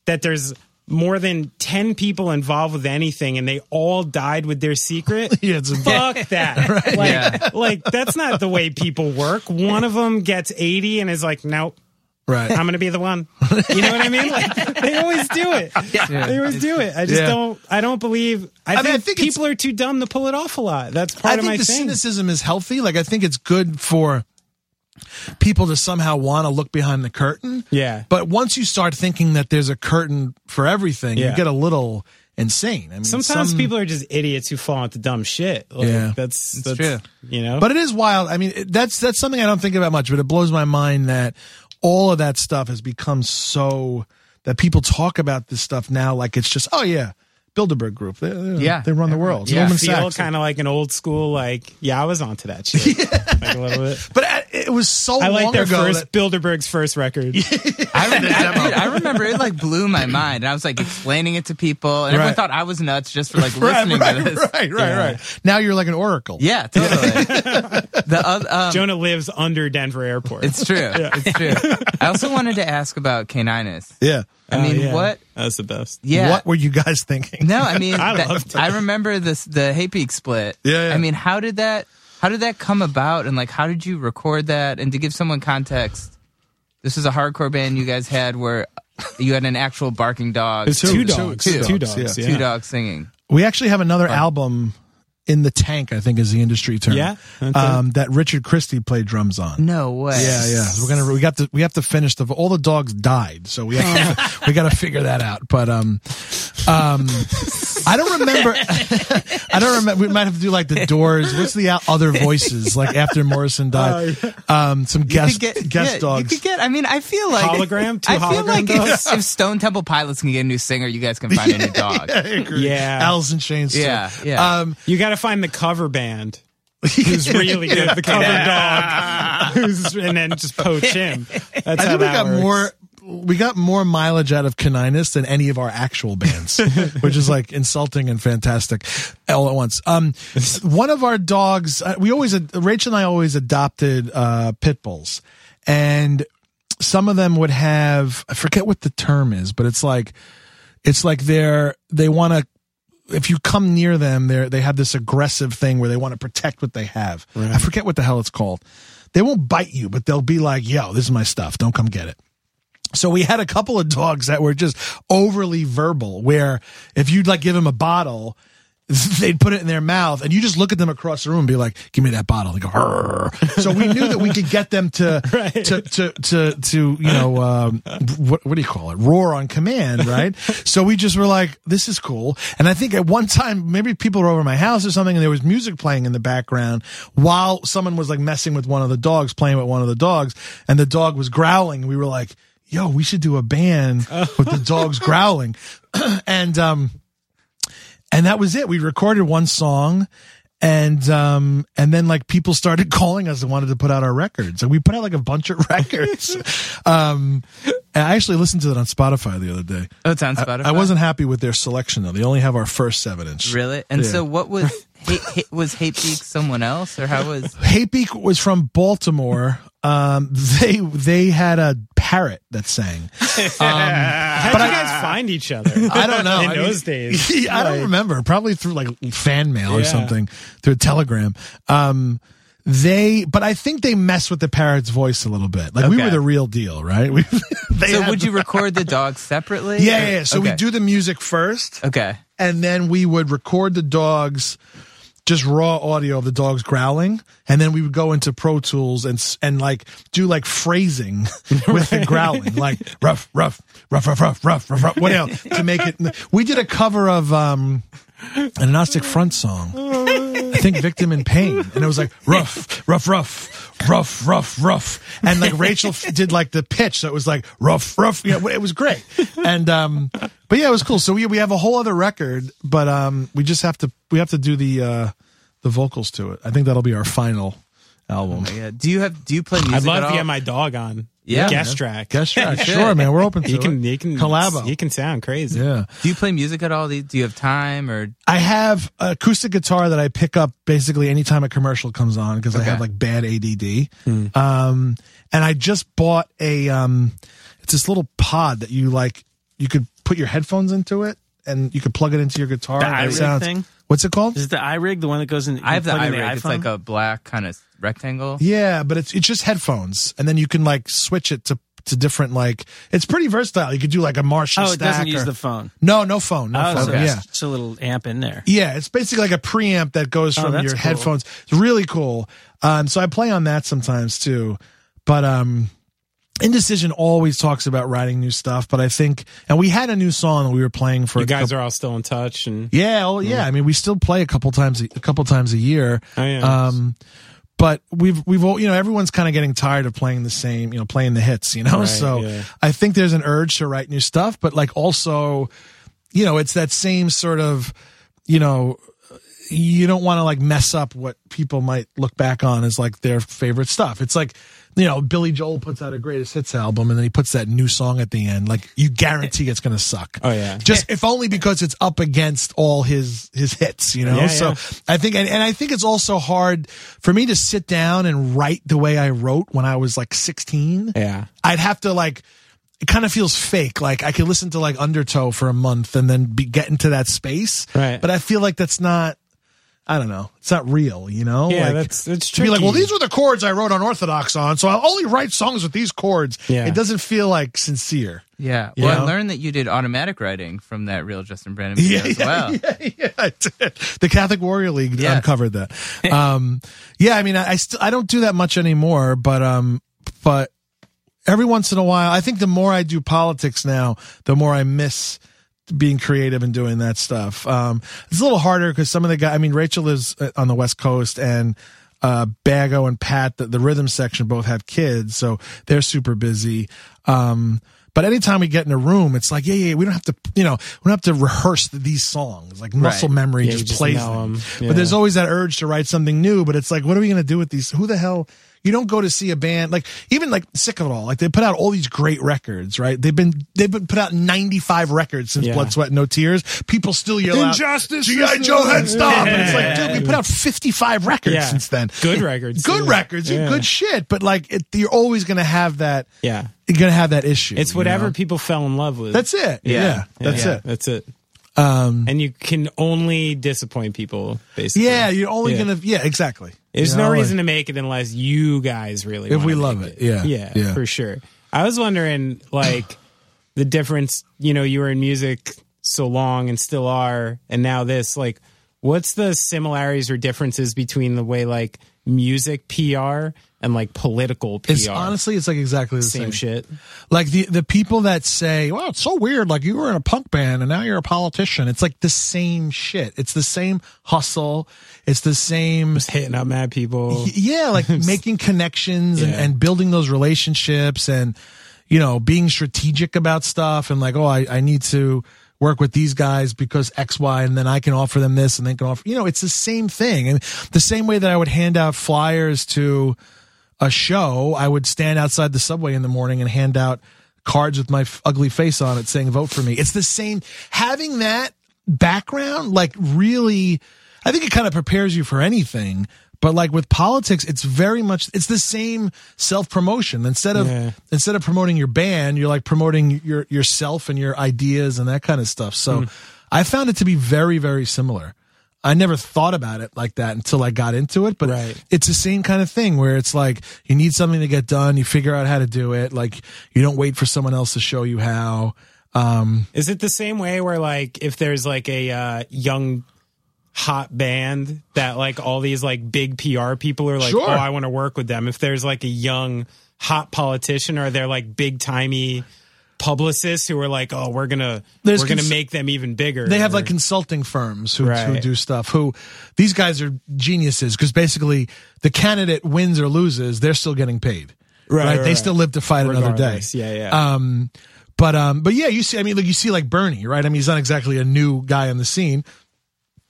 that there's more than ten people involved with anything and they all died with their secret.
Yeah, it's a-
Fuck that. Like,
Yeah.
like that's not the way people work. One of them gets eighty and is like, nope.
right.
I'm gonna be the one. You know what I mean? Like they always do it. They always do it. I just
Yeah.
don't. I don't believe. I,
mean,
think,
I think it's-
people are too dumb to pull it off a lot. That's part
I
of
think
my
the
thing.
cynicism is healthy. Like I think it's good for people to somehow want to look behind the curtain.
Yeah.
But once you start thinking that there's a curtain for everything,
Yeah.
you get a little insane. I mean,
Sometimes
some-
people are just idiots who fall into dumb shit. Like,
Yeah.
that's that's
true.
You know,
But it is wild. I mean, it- that's that's something I don't think about much, but it blows my mind that all of that stuff has become so that people talk about this stuff now like it's just oh yeah, Bilderberg Group. They, they-
Yeah.
they run the world.
Yeah.
Goldman
feel
Sachs.
kind of like an old school, like yeah, I was onto that shit. like a little bit.
But I- it was so
I like
long
their
ago.
first
that-
Bilderberg's first record.
I remember, I, dude, I remember it like blew my mind, and I was like explaining it to people, and everyone
Right.
thought I was nuts just for like listening
right,
to this.
right, right, right. Now you're like an oracle.
Yeah, totally. the oth- um,
Jonah lives under Denver Airport.
it's true. It's true. I also wanted to ask about caninus.
Yeah.
Oh,
I mean, what?
That's the best.
Yeah.
What were you guys thinking?
no, I mean,
I
that-
loved it.
I remember this the Hay Peak split.
Yeah, yeah.
I mean, how did that? How did that come about? And like, how did you record that? And to give someone context, this is a hardcore band you guys had where you had an actual barking dog,
It's two, dogs.
two
Two
dogs,
dogs.
yeah.
Yeah.
two dogs singing.
We actually have another album in the tank, I think is the industry term.
Yeah, that's
Um, that Richard Christie played drums on.
No way.
Yeah, yeah. We're gonna we got to we have to finish the all the dogs died, so we
Oh.
have to, we got to figure that out. But um, um, I don't remember. I don't remember. We might have to do like the Doors. What's the o- other voices like after Morrison died?
Oh,
Um, some guest guest
yeah,
dogs.
You could get. I mean, I feel like
Hologram? Two
I feel
hologram
like
dogs?
if, if Stone Temple Pilots can get a new singer, you guys can find a new dog.
I agree.
Yeah.
Alice in Chains. too.
Yeah, yeah.
Um,
You got to find the cover band. who's really good? The cover dog, who's, and then just poach him. That's
I
how
think we
that
got
works.
more we got more mileage out of Caninus than any of our actual bands, which is like insulting and fantastic all at once. Um, one of our dogs, uh, we always, Rachel and I always adopted uh, pit bulls, and some of them would have I forget what the term is, but it's like it's like they're they want to if you come near them, they they have this aggressive thing where they want to protect what they have. I forget what the hell it's called. They won't bite you, but they'll be like, "Yo, this is my stuff. Don't come get it." So we had a couple of dogs that were just overly verbal, where if you'd like give them a bottle, they'd put it in their mouth, and you just look at them across the room and be like, "Give me that bottle." They go, "Rrr." so we knew that we could get them to to, to to to you know um, what what do you call it? Roar on command, right? so we just were like, "This is cool." And I think at one time, maybe people were over at my house or something, and there was music playing in the background while someone was like messing with one of the dogs, playing with one of the dogs, and the dog was growling. And we were like yo, we should do a band with the dogs growling. and um and that was it. We recorded one song and um and then like people started calling us and wanted to put out our records. And we put out like a bunch of records. um and I actually listened to it on Spotify the other day.
Oh, it's on
I-
Spotify.
I, wasn't happy with their selection though. They only have our first seven inch.
really. And
Yeah.
so, what was hate, hate, was Hate Beak someone else, or how was?
Hapeek was from Baltimore. Um, they they had a parrot that sang.
How did you guys find each other?
I don't know.
In
I mean,
those days.
I don't
Like-
remember. Probably through like fan mail or
Yeah.
something, through a telegram. Um, they, but I think they mess with the parrot's voice a little bit. Like we
Okay.
were the real deal, right? We, they
So,
had-
would you record the dogs separately?
Yeah,
or-
yeah. yeah. So we
okay.
do the music first,
Okay.
and then we would record the dogs just raw audio of the dogs growling and then we would go into pro tools and s- and like do like phrasing with the growling like rough rough rough rough rough rough rough rough what else to make it we did a cover of um an agnostic front song i think victim in pain and it was like rough rough rough rough rough rough and like rachel f- did like the pitch so it was like rough rough yeah it was great and um but yeah it was cool so we, we have a whole other record but um we just have to we have to do the uh the vocals to it i think that'll be our final album
Yeah. Do you have? Do you play music
I'd love
at
to
all?
get my dog on.
Yeah.
Guest track.
guess sure
Shit.
sure man we're open to
He can,
it
he can
collabo
He can sound crazy.
yeah
do you play music at all? Do you, do you have time or?
I have acoustic guitar that I pick up basically anytime a commercial comes on because I have like bad ADD. Um, and I just bought a, um, it's this little pod that you like, you could put your headphones into it and you could plug it into your guitar.
The
and it
iRig thing?
What's it called?
Is it the iRig the one that goes in?
I have the
plug in
iRig. It's
iPhone?
like a black kind of rectangle.
Yeah, but it's it's just headphones, and then you can like switch it to to different like it's pretty versatile. You could do like a Marshall.
Oh, it doesn't
stack
use
or-
the phone.
No, no phone. No
Oh,
phone.
so
Okay.
Yeah.
it's just a little amp in there.
Yeah, it's basically like a preamp that goes
Oh,
from
that's
your
cool.
headphones. It's really cool. Um, so I play on that sometimes too. But um, Indecision always talks about writing new stuff. But I think, and we had a new song that we were playing for
You
a
guys
couple-
are all still in touch, and
yeah, well, yeah. I mean, we still play a couple times a, a couple times a year.
Oh, yeah.
Um, but we've we've all you know everyone's kind of getting tired of playing the same you know playing the hits you know
Right,
so
yeah.
I think there's an urge to write new stuff but like also you know it's that same sort of you know you don't want to like mess up what people might look back on as like their favorite stuff it's like you know Billy Joel puts out a greatest hits album and then he puts that new song at the end like you guarantee it's gonna suck
Oh, yeah.
just if only because it's up against all his his hits you know
Yeah,
so
yeah.
I think, and, and I think it's also hard for me to sit down and write the way I wrote when I was like 16.
yeah,
I'd have to like, it kind of feels fake. Like I could listen to like Undertow for a month and then be get into that space.
Right.
But I feel like that's not, I don't know, it's not real, you know?
yeah,
like,
that's it's
to
tricky.
be like, well, these were the chords I wrote on Orthodox on, so I'll only write songs with these chords.
Yeah.
It doesn't feel like sincere.
Yeah. Well,
Yeah.
I learned that you did automatic writing from that real Justin Brandon video as well.
yeah, yeah, I did. The Catholic Warrior League
Yeah.
uncovered that. Um, yeah, I mean, I, I still I don't do that much anymore, but um, but every once in a while, I think the more I do politics now, the more I miss being creative and doing that stuff. Um, it's a little harder because some of the guys. I mean, Rachel lives uh, on the West Coast and. Uh, Bago and Pat, the, the rhythm section, both have kids, so they're super busy. Um, but anytime we get in a room, it's like, yeah, yeah, we don't have to, you know, we don't have to rehearse these songs. Like muscle
Right.
memory
Yeah, you
just
just
plays
know
them.
'em.
But there's
Yeah.
always that urge to write something new. But it's like, what are we going to do with these? Who the hell? You don't go to see a band like even like Sick of It All. Like they put out all these great records, right? They've been they've been put out 95 records since
Yeah.
Blood, Sweat, No Tears. People still yell
Injustice,
out, "GI
Sister
Joe
Act."
Head Stop!" And it's like, dude, we put out 55 records
Yeah.
since then.
Good records,
good
too.
records, and
Yeah.
good shit. But like, it, you're always gonna have that.
Yeah.
you're gonna have that issue.
It's
you
whatever
know?
people fell in love with.
That's it. Yeah, that's
Yeah,
it.
That's it.
Um,
and you can only disappoint people, basically.
Yeah, you're only
Yeah.
gonna. Yeah, exactly.
There's
You
no
know,
reason
like-
to make it unless you guys really.
If
wanna
we
make
love it, yeah,
yeah,
yeah.
for sure. I was wondering, like, the difference. You know, you were in music so long and still are, and now this. Like, what's the similarities or differences between the way like music PR and like political PR?
It's honestly, it's like exactly the
same
same,
shit.
Like the the people that say, "Well, it's so weird. Like you were in a punk band and now you're a politician." It's like the same shit. It's the same hustle. It's the same.
Hitting up mad people.
Y- yeah like making connections and,
Yeah.
and building those relationships and you know being strategic about stuff and like oh I, I need to work with these guys because x y and then i can offer them this and they can offer you know it's the same thing and the same way that i would hand out flyers to a show i would stand outside the subway in the morning and hand out cards with my f- ugly face on it saying vote for me it's the same having that background like really i think it kind of prepares you for anything but like with politics it's very much it's the same self-promotion instead of
Yeah.
instead of promoting your band you're like promoting your yourself and your ideas and that kind of stuff so i found it to be very very similar i never thought about it like that until i got into it but
Right.
it's the same kind of thing where it's like you need something to get done you figure out how to do it like you don't wait for someone else to show you how um
Is it the same way where like if there's like a uh, young hot band that like all these like big PR people are like,
Sure.
oh, I want to work with them. If there's like a young hot politician or they're like big timey publicists who are like, oh, we're gonna
There's
we're gonna
cons-
make them even bigger.
They have
or-
like consulting firms who, who
Right.
do stuff. Who these guys are geniuses because basically the candidate wins or loses, they're still getting paid.
Right, right,
they
right.
still live to fight another day.
Regardless. Yeah, yeah.
Um, but um, but yeah, you see, I mean, like you see, like Bernie, right? I mean, he's not exactly a new guy on the scene,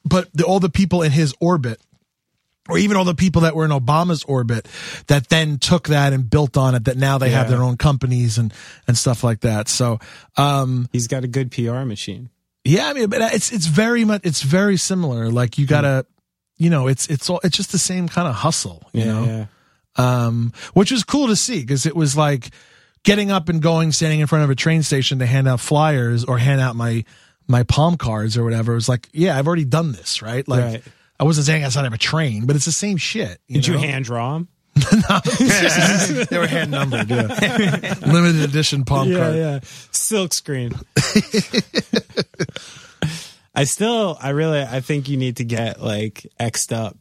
but the, all the people in his orbit, or even all the people that were in Obama's orbit, that then took that and built on it, that now they have
Yeah.
their own companies and and stuff like that. So. Um,
He's got a good PR machine.
yeah, I mean, but uh, it's it's very much it's very similar. Like you gotta, you know, it's it's all it's just the same kind of hustle, you
Yeah,
know,
yeah.
um, which was cool to see because it was like getting up and going, standing in front of a train station to hand out flyers or hand out my my palm cards or whatever. It was like, yeah, I've already done this, right? Like.
Right.
I wasn't saying outside of a train, but it's the same shit. You
Did you
know?
hand draw him?
they were hand numbered, yeah. limited edition palm card.
yeah. Silk screen. I still, I really, I think you need to get like X'd up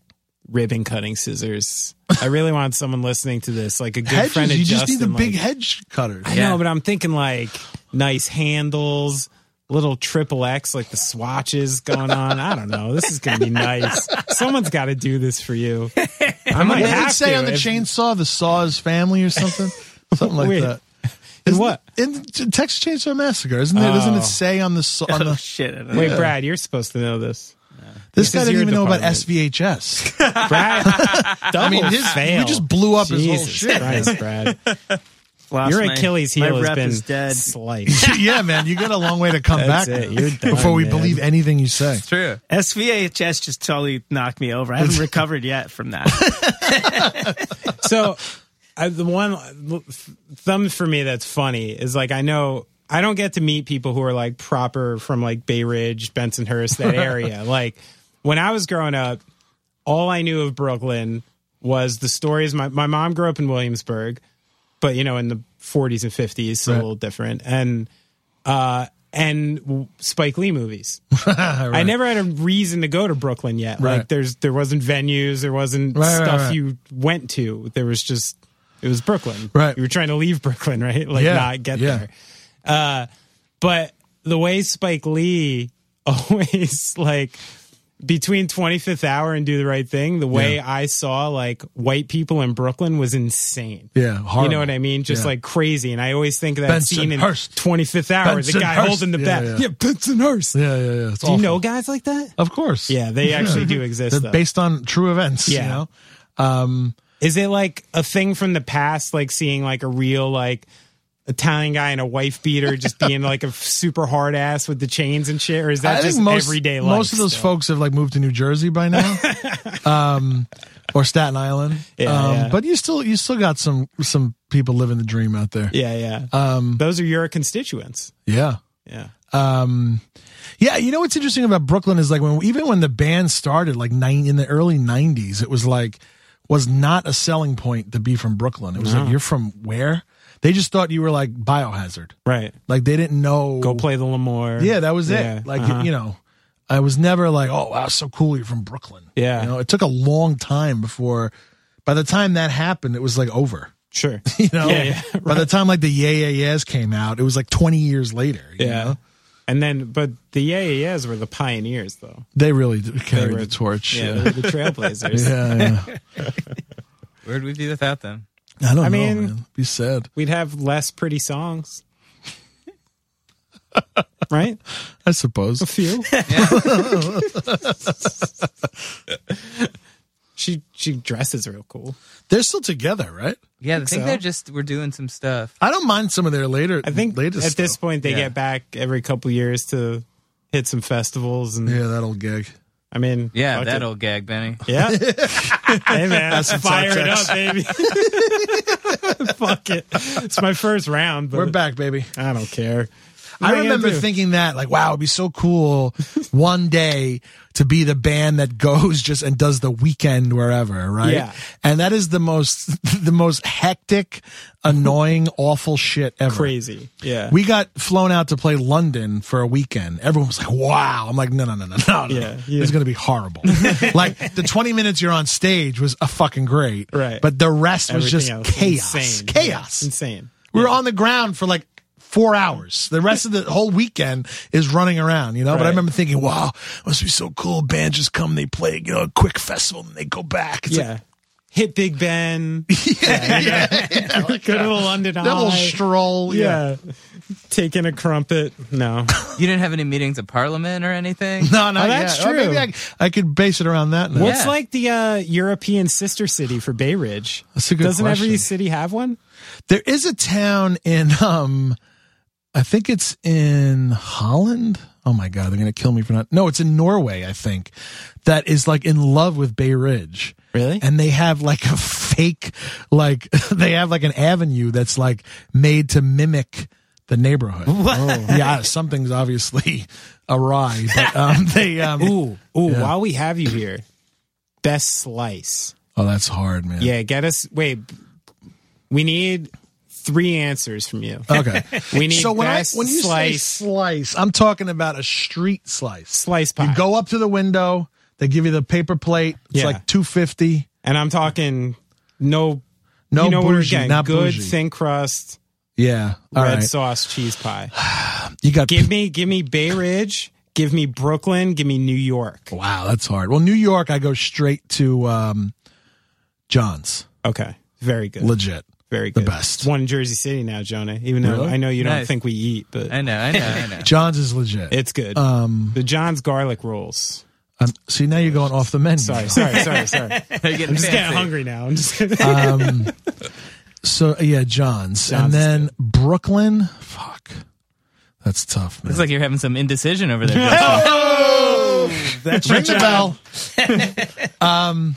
ribbon cutting scissors. I really want someone listening to this, like a good
Hedges,
friend of
you
Justin.
just need the big
like-
hedge cutters.
I know, but I'm thinking like nice handles, little triple X, like the swatches going on. I don't know. This is going to be nice. Someone's got to do this for you. I might
What did
have
it say
to
on the
if-
chainsaw? The Saw's family or something, something like
Wait.
that.
In
Isn't-
what?
in the Texas Chainsaw Massacre? Isn't it? Doesn't
Oh.
it say on the saw- on
Oh
the?
shit! I don't know.
Wait, Brad, you're supposed to know this.
This
This
guy
is
didn't
your
even know about
department.
SVHS.
Brad,
I mean, his, you
fail.
just blew up his whole
Jesus
shit.
Christ, Brad.
Lost
Your
my-
Achilles
my
heel has
rep
been
is dead.
sliced.
yeah, man, you got a long way to come
That's
back
it. You're done,
before we
man.
believe anything you say.
True.
SVHS just totally knocked me over. I haven't recovered yet from that.
so, I, the one thumb for me that's funny is like I know I don't get to meet people who are like proper from like Bay Ridge, Bensonhurst, that area. like when I was growing up, all I knew of Brooklyn was the stories. My my mom grew up in Williamsburg, but you know in the 40s and 50s, so a little different. And uh, and w- Spike Lee movies. I never had a reason to go to Brooklyn yet.
Right.
Like there's there wasn't venues, there wasn't
Right, right,
stuff
right.
you went to. There was just it was Brooklyn.
Right.
You were trying to leave Brooklyn, right? Like
Yeah,
not get
yeah.
there. Uh but the way Spike Lee always like between 25th hour and do the right thing, the way I saw like white people in Brooklyn was insane.
Yeah, horrible.
You know what I mean? Just
Yeah.
like crazy. And I always think of that scene in
Bensonhurst.
25th hour, the guy
Bensonhurst.
holding the
Yeah,
bat.
yeah.
Yeah, Bensonhurst.
Yeah, yeah, yeah. It's
Do you know
awful.
guys like that?
Of course.
Yeah, they actually do exist.
They're
though.
based on true events.
Yeah.
You know? Um,
Is it like a thing from the past, like seeing like a real like Italian guy and a wife beater just being like a f- super hard ass with the chains and shit, or is that just everyday life?
Most of those
still?
folks have like moved to New Jersey by now, um, or Staten Island.
Yeah,
um,
yeah.
But you still you still got some some people living the dream out there.
Yeah, yeah.
Um,
those are your constituents.
yeah.
Yeah.
Um, yeah, you know what's interesting about Brooklyn is like when even when the band started, like nine in the early '90s, it was like was not a selling point to be from Brooklyn. It was
Uh-huh.
like you're from where? They just thought you were like Biohazard.
Right.
Like they didn't know
Go play the Lemoore.
Yeah, that was
Yeah,
it. Like
uh-huh.
you know, I was never like, oh wow, so cool, you're from Brooklyn.
Yeah.
you know, it took a long time before. By the time that happened, it was like over.
Sure.
You know,
Yeah, yeah,
by the time like the Yeah Yeah Yeahs came out, it was like 20 years later. you
Yeah.
know?
And then, but the Yeah Yeah Yeahs were the pioneers, though.
they really d- carried
were-
the torch.
Yeah,
Yeah,
they were the trailblazers.
yeah. yeah.
Where'd we be without them?
I don't
I
know.
mean-
man. be sad.
We'd have less pretty songs. right?
I suppose.
A few. she she dresses real cool.
They're still together, right?
Yeah, I think,
so.
they're just we're doing some stuff.
I don't mind some of their later.
I think at
latest
this
stuff.
point they
Yeah.
get back every couple years to hit some festivals and
Yeah, that old gig.
I mean
Yeah,
fuck
that
it.
old gag, Benny.
Yeah. hey man, that's fire it up, baby. Fuck it. It's my first round, but
We're back, baby.
I don't care.
I
What am gonna
remember
do?
thinking that, like, wow, it'd be so cool one day to be the band that goes just and does the weekend wherever, right?
Yeah.
And that is the most, the most hectic, annoying, awful shit ever.
crazy. Yeah.
We got flown out to play London for a weekend. Everyone was like, wow. I'm like, no, no, no, no, no, no.
Yeah,
It's
yeah.
going to be horrible. like, the 20 minutes you're on stage was a fucking great.
Right.
But the rest was just
else,
chaos.
insane.
Chaos.
Yeah, insane.
We were on the ground for like four hours. The rest of the whole weekend is running around, you know? But
Right.
I remember thinking, wow, must be so cool. Band just come, they play, you know, a quick festival, and they go back. It's
yeah. Hit Big Ben.
like, like
Go to the
a
London Eye.
little stroll. Yeah.
yeah. Taking a crumpet. No.
You didn't have any meetings at Parliament or anything.
No, no,
Oh, that's
yeah. Or
true.
maybe I, I could base it around that. Now.
What's
Yeah.
like the uh, European sister city for Bay Ridge?
That's a good
Doesn't every
question.
city have one?
There is a town in, um, I think it's in Holland. Oh my God, they're going to kill me for not. No, it's in Norway, I think, that is like in love with Bay Ridge.
Really?
And they have like a fake, like, they have like an avenue that's like made to mimic the neighborhood. Oh. Yeah, something's obviously awry, but um, they, um,
Ooh, ooh,
Yeah.
while we have you here, best slice.
oh, that's hard, man.
Yeah, get us. Wait, we need three answers from you.
Okay.
We need
so when I
best
when you
slice,
say slice, I'm talking about a street slice.
slice pie.
You go up to the window. They give you the paper plate. It's
Yeah.
like two fifty.
and I'm talking no,
No
you know what we're
bougie,
getting.
not
Good
bougie.
thin crust,
Yeah. All
red
right.
sauce cheese pie.
you got.
Give me, give me Bay Ridge. Give me Brooklyn. Give me New York.
wow, that's hard. Well, New York, I go straight to um, John's.
Okay, very good.
Legit.
Very
The
good.
best.
One in Jersey City now, Jonah. Even though
Really?
I know you don't
Nice.
think we eat, but
I know, I know, I know.
John's is legit.
it's good.
um,
the John's garlic rolls.
um, see now you're going off the menu.
Sorry, sorry, sorry, sorry. I'm
They're getting
just getting
fancy.
hungry now. I'm just kidding.
Um, so yeah, John's,
John's is
and then Brooklyn. Fuck, that's tough, man.
It's like you're having some indecision over there. Justin.
Ring the bell. um,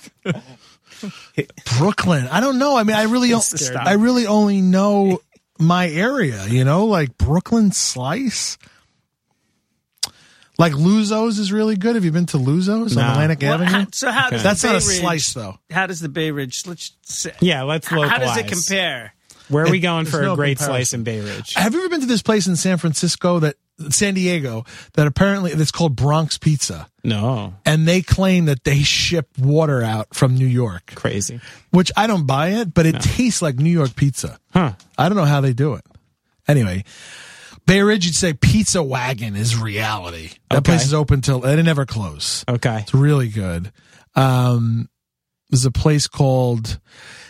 Brooklyn. I don't know. I mean, I really, o-
scared.
I really only know my area. You know, like Brooklyn Slice. Like Luzos is really good. Have you been to Luzos on
Nah.
Atlantic
Well,
Avenue?
how- so how does
That's
the
not a
Bay Ridge-
slice, though.
How does the Bay Ridge? Let's say,
yeah, let's localize.
How does it compare?
Where are we going
There's
for
no
a great
comparison.
slice in Bay Ridge?
Have you ever been to this place in San Francisco that San Diego that apparently it's called Bronx Pizza,
No,
and they claim that they ship water out from New York,
crazy.
which I don't buy it, but it tastes like New York pizza.
Huh.
I don't know how they do it. Anyway, Bay Ridge, you'd say Pizza Wagon is reality. That
Okay.
place is open till they never close.
Okay.
It's really good. Um, there's a place called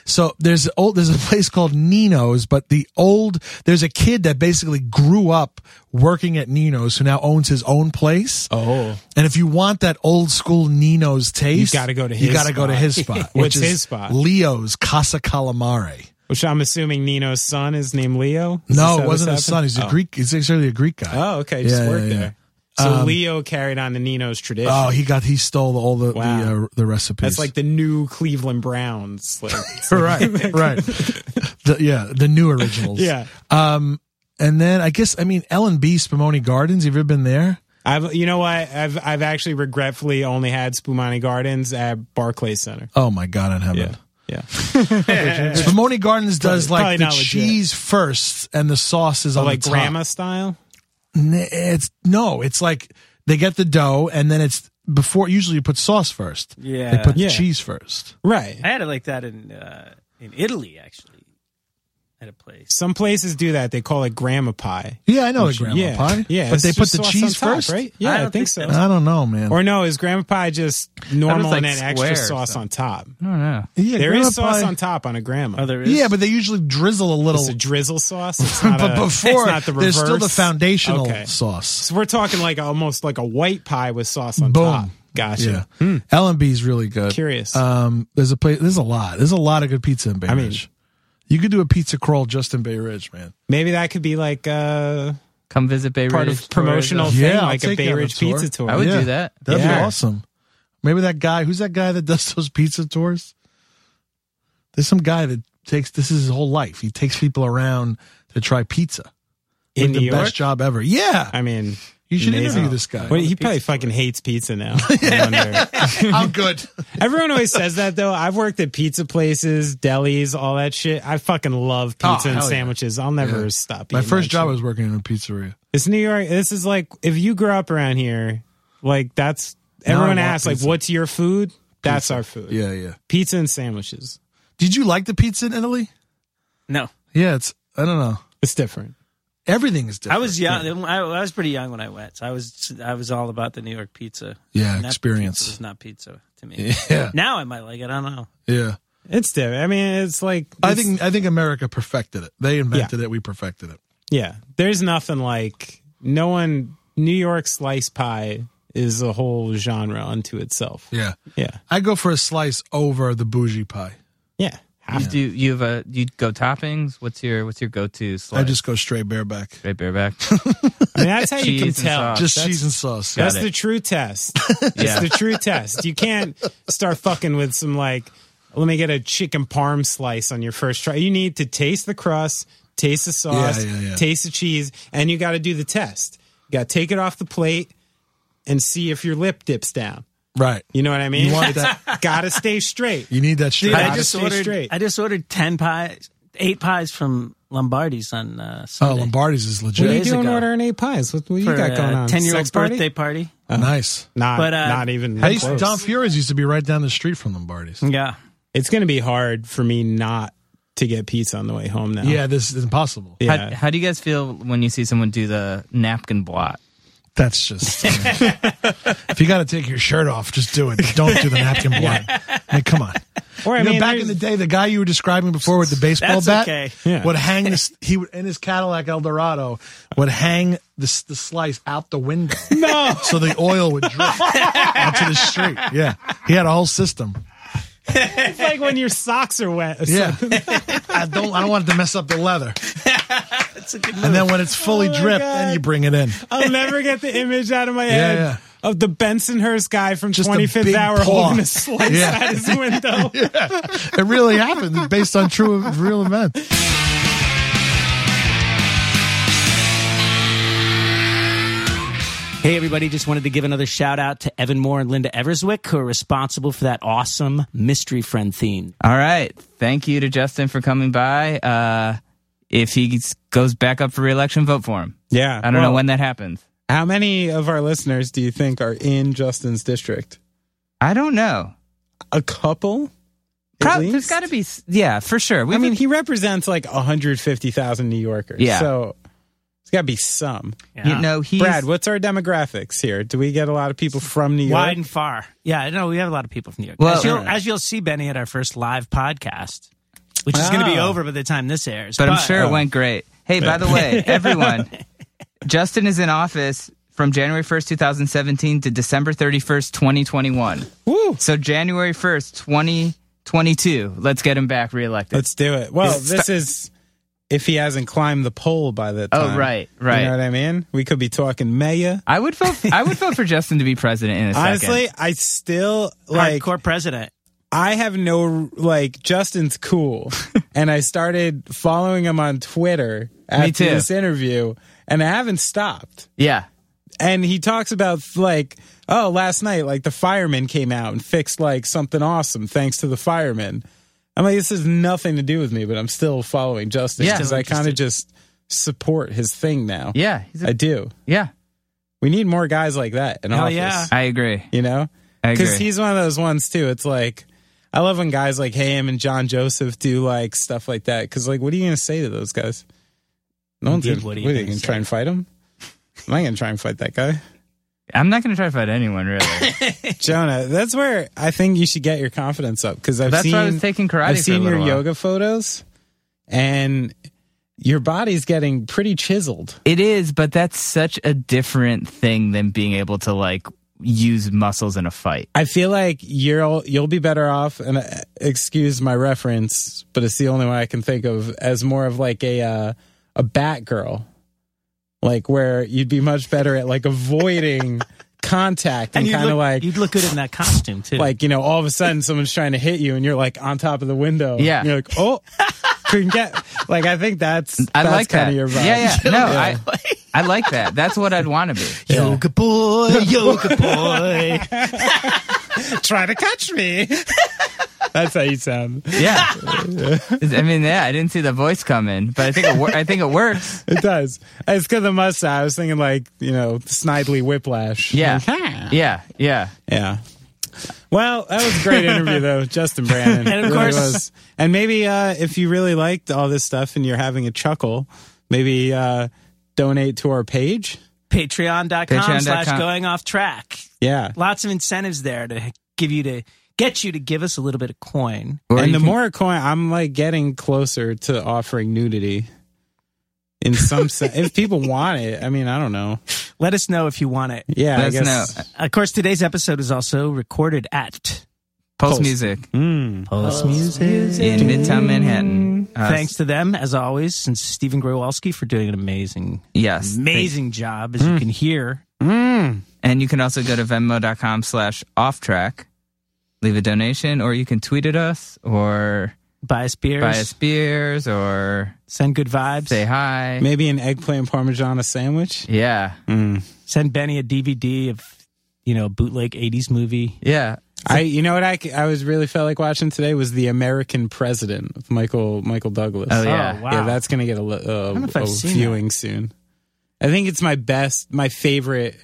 So there's old there's a place called Nino's, but the old there's a kid that basically grew up working at Nino's who now owns his own place.
Oh.
And if you want that old school Nino's taste,
gotta go to
you
his
gotta go to
spot.
his spot, which
What's
is
his spot?
Leo's Casa Calamare.
Which I'm assuming Nino's son is named Leo. Is this how
No, it
this
wasn't his
happened?
son. He's a
Oh.
Greek. He's actually a Greek guy.
Oh, okay. Just
Yeah,
worked
yeah, yeah.
there. So Leo carried on the Nino's tradition.
Oh, he got he stole all the the,
Wow.
uh, the recipes.
That's like the new Cleveland Browns. Like, it's like-
right, right. The, yeah, the new originals. Um,
yeah.
and then I guess I mean L and B Spumoni Gardens. Have you ever been there?
I've you know what? I've I've actually regretfully only had Spumani Gardens at Barclays Center.
Oh my God, in heaven.
Yeah. Yeah.
Spumoni Gardens does
Probably-
like
probably
the
not legit.
cheese first, and the sauce is on
like
the top.
grandma style.
N- It's no, it's like they get the dough, and then it's before. Usually, you put sauce first.
Yeah.
they put
Yeah.
the cheese first.
Right.
I had it like that in uh, in Italy actually, at a place.
Some places do that. They call it grandma pie.
Yeah, I know the grandma
yeah.
pie.
Yeah.
but
it's
they put
just
the
sauce
cheese
on top,
first,
right? Yeah, I,
don't
think,
think
so.
so.
I don't know, man.
Or no, is grandma pie just normal
like
and then
square
extra
or
sauce on top?
I don't know.
yeah,
There
grandma
is sauce
pie-
on top on a grandma.
Oh, there is.
Yeah, but they usually drizzle a little.
It's a drizzle sauce. It's not
but
a-
before,
it's not the
there's still the
reverse?
foundational
Okay.
sauce.
So we're talking like almost like a white pie with sauce on
Boom.
top. Gotcha. Hmm.
Yeah, L and B's really good.
Curious.
Um, there's a place. There's a lot. There's a lot of good pizza in Bay
mean-
Ridge. you could do a pizza crawl just in Bay Ridge, man.
Maybe that could be like uh,
Come visit Bay
part
Ridge.
of promotional
tourism.
thing,
Yeah, I'll
like a
take you
Bay
on a
Ridge
tour.
pizza tour.
I would
Yeah.
do that.
That'd be
Yeah.
awesome. Maybe that guy. Who's that guy that does those pizza tours? There's some guy that takes. This is his whole life. He takes people around to try pizza.
in
Like the
New York.
best job ever. Yeah,
I mean,
you should
amazing.
interview this guy.
Well, he probably fucking hates pizza now. I wonder.
I'm good.
Everyone always says that though. I've worked at pizza places, delis, all that shit. I fucking love
Oh,
pizza
hell
and
yeah.
sandwiches. I'll never
Yeah.
stop.
My
eating
first
that
job
shit.
was working in a pizzeria.
It's New York. This is like if you grew up around here, like that's
Now I
everyone
want
asks
pizza.
like, "What's your food?" That's our food.
Yeah, yeah.
pizza and sandwiches.
Did you like the pizza in Italy?
no,
Yeah, it's. I don't know.
It's different.
Everything is different.
I was young. I, I was pretty young when I went. So I was I was all about the New York pizza.
Yeah,
And that
experience.
pizza was not pizza to me.
Yeah,
Now I might like it. I don't know.
yeah.
It's different. I mean, it's like
I
it's-
think I think America perfected it. They invented it. We perfected it.
yeah. There's nothing like no one. New York slice pie is a whole genre unto itself.
Yeah.
Yeah,
I go for a slice over the bougie pie.
yeah.
You do you have a you go toppings? What's your what's your go to slice?
I just go straight bareback.
straight bareback.
I mean, that's how you
Cheese
can
and
tell.
sauce.
Just
that's,
cheese and sauce.
That's
Got
the
it.
true test.
yeah.
It's the true test. You can't start fucking with some like, let me get a chicken parm slice on your first try. You need to taste the crust, taste the sauce,
Yeah, yeah, yeah.
taste the cheese, and you got to do the test. You got to take it off the plate and see if your lip dips down.
Right.
You know what I mean?
You want that-
got to stay straight.
You need that straight.
Dude, I
back.
just- stay
ordered.
straight.
I just ordered ten pies, eight pies from Lombardi's on uh,
oh,
Sunday.
Lombardi's is
What are
legit.
you
Days
doing
ago.
ordering eight pies? What, what you
for
got going
a
on?
Ten-year-old
Sex party?
birthday party.
nice.
Not,
But, uh,
not even
Hey,
close.
Don Fiore's used to be right down the street from Lombardi's.
Yeah.
It's going to be hard for me not to get pizza on the way home now.
Yeah, this is impossible.
Yeah.
How, how do you guys feel when you see someone do the napkin blot?
That's just. if you got to take your shirt off, just do it. Don't do the napkin blot. I mean, come on.
Or I
you know,
mean,
back in
there's-
the day, the guy you were describing before with the baseball
That's
bat
okay.
Yeah.
would hang this. He would in his Cadillac Eldorado would hang this the slice out the window. No, so the oil would drip onto the street. Yeah, he had a whole system.
It's like when your socks are wet.
Yeah, I don't. I don't want it to mess up the leather.
That's a good
And then when it's fully
Oh my
dripped,
God.
then you bring it in.
I'll never get the image out of my head
yeah.
of the Bensonhurst guy from
Just a
25th
big
Hour
paw.
holding a slice
Yeah.
out his window.
It really happened It's based on true real events.
Hey, everybody. Just wanted to give another shout out to Evan Moore and Linda Everswick, who are responsible for that awesome mystery friend theme.
All right. Thank you to Justin for coming by. Uh, if he gets- goes back up for reelection, vote for him.
Yeah.
I don't know when that happens.
How many of our listeners do you think are in Justin's district?
I don't know.
A couple? at
Prob- there's
least?
got to be. s- Yeah, for sure. We
I mean, he represents like 150,000 New Yorkers.
Yeah.
So there's got to be some.
you know, he's
Brad, what's our demographics here? Do we get a lot of people from New York?
Wide and far. Yeah, no, we have a lot of people from New York.
Well-
as, you'll, as you'll see, Benny, at our first live podcast, which is going to be
Ah.
Wow.
over by the time this airs.
but I'm sure
oh.
it went great. Hey, by the way, everyone, Justin is in office from January 1st, 2017 to December 31st, 2021.
Woo.
So January 1st, 2022, let's get him back reelected.
Let's do it. Well,
It's
this is if he hasn't climbed the pole by that
Oh,
time.
right, right.
You know what I mean? We could be talking mayor.
I would vote I would vote for Justin to be president in a second.
Honestly, I still like
Hardcore president.
I have no like Justin's cool, and I started following him on Twitter after
too.
this interview, and I haven't stopped.
yeah.
And he talks about like, oh, last night like the firemen came out and fixed like something awesome thanks to the firemen. I'm like, this has nothing to do with me, but I'm still following Justin
Yeah.
because I kind of just support his thing now.
Yeah, he's a-
I Oh, do.
yeah.
We need more guys like that in
Hell
office.
yeah.
I agree.
You know,
I agree.
because he's one of those ones too. It's like I love when guys like him and John Joseph do like stuff like that. Because like, what are you gonna say to those guys? No one's
Indeed,
gonna.
what
What
are
are
you
you,
gonna
gonna,
say?
try and fight him? Am I gonna try and fight that guy,
I'm not going to try to fight anyone really.
Jonah? That's where I think you should get your confidence up. Because I've
That's
seen
why I was taking karate
I've
for a
seen your
little while.
yoga photos, and your body's getting pretty chiseled.
It is, but that's such a different thing than being able to like use muscles in a fight.
I feel like you'll you'll be better off, and uh, excuse my reference, but it's the only one I can think of as more of like a uh, a Batgirl, like where you'd be much better at like avoiding contact and,
you'd
kind of
look-
like
you'd look good in that costume too.
like you know all of a sudden someone's trying to hit you and you're like on top of the window.
Yeah.
And you're like oh, couldn't get like I think that's
I
that's
like
kind
that.
of your vibe.
Yeah, yeah. No, I, I like that. That's what I'd want to be.
yoga boy, yoga boy.
try to catch me. that's how you sound.
Yeah. I mean, yeah, I didn't see the voice coming, but I think it wor- I think it works.
It does. It's because of the mustache. I was thinking like you know Snidely Whiplash.
Yeah.
Like,
Yeah. Yeah.
yeah. Well, that was a great interview though, Justin Brandon.
And of
It
course-
was. and maybe uh, if you really liked all this stuff and you're having a chuckle, maybe uh, donate to our page.
Patreon.com,
Patreon.com.
slash going off track.
Yeah.
Lots of incentives there to give you to get you to give us a little bit of coin.
Or
and
you
the
can-
more coin, I'm like getting closer to offering nudity. In some sense, if people want it, I mean, I don't know.
Let us know if you want it.
Yeah,
let
I
us
guess.
know.
Of course, today's episode is also recorded at
Pulse music
Mm.
Post Music.
in Midtown Manhattan. Uh,
Thanks to them, as always, and Stephen Growalski for doing an amazing,
Yes.
amazing job, as you can hear.
Mm.
And you can also go to venmo.com slash off track, leave a donation, or you can tweet at us or
Buy us beers,
buy us beers or
send good vibes,
say hi.
Maybe an eggplant parmesan sandwich.
Yeah.
Mm.
send Benny a DVD of, you know, bootleg 80s movie.
Yeah.
I, you know what I, c- I was really felt like watching today was the American President with Michael Michael Douglas.
Oh, yeah.
Oh, wow.
yeah, that's gonna get a, li-
don't know
uh,
if I've
a
seen
viewing soon. I think it's my best, my favorite,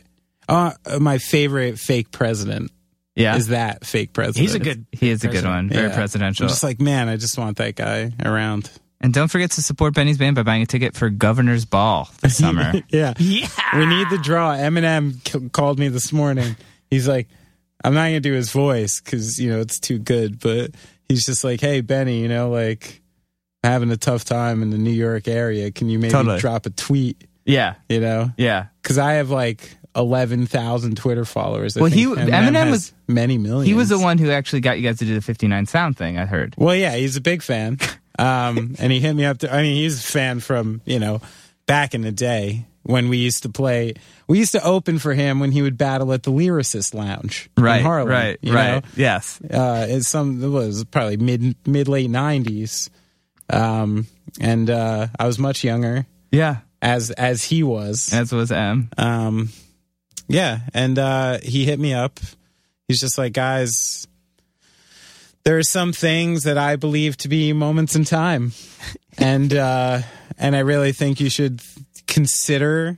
uh, my favorite fake president
Yeah.
is that fake president.
He's a good.
he is a good one. Very
Yeah.
presidential.
I'm just like, man, I just want that guy around.
and don't forget to support Benny's band by buying a ticket for Governor's Ball this summer.
Yeah,
Yeah.
we need the draw. Eminem c- called me this morning. He's like, I'm not gonna do his voice because you know it's too good, but he's just like, hey Benny, you know, like I'm having a tough time in the New York area. Can you maybe
Totally.
drop a tweet?
yeah.
You know,
Yeah.
because I have like eleven thousand Twitter followers. I
Well,
think
he- Eminem
has
was-
many millions.
He was the one who actually got you guys to do the 59 sound thing, I heard.
Well, yeah, he's a big fan. Um, and he hit me up. To, I mean, he's a fan from, you know, back in the day when we used to play. We used to open for him when he would battle at the Lyricist Lounge
Right.
in Harlem.
right.
you
Right. Yes.
know? Uh, it's some, it was probably mid, mid late 90s. Um, and uh, I was much younger
Yeah.
as as he was.
As was M.
Um, yeah, and uh, he hit me up. He's just like, guys, there are some things that I believe to be moments in time, and uh, and I really think you should consider,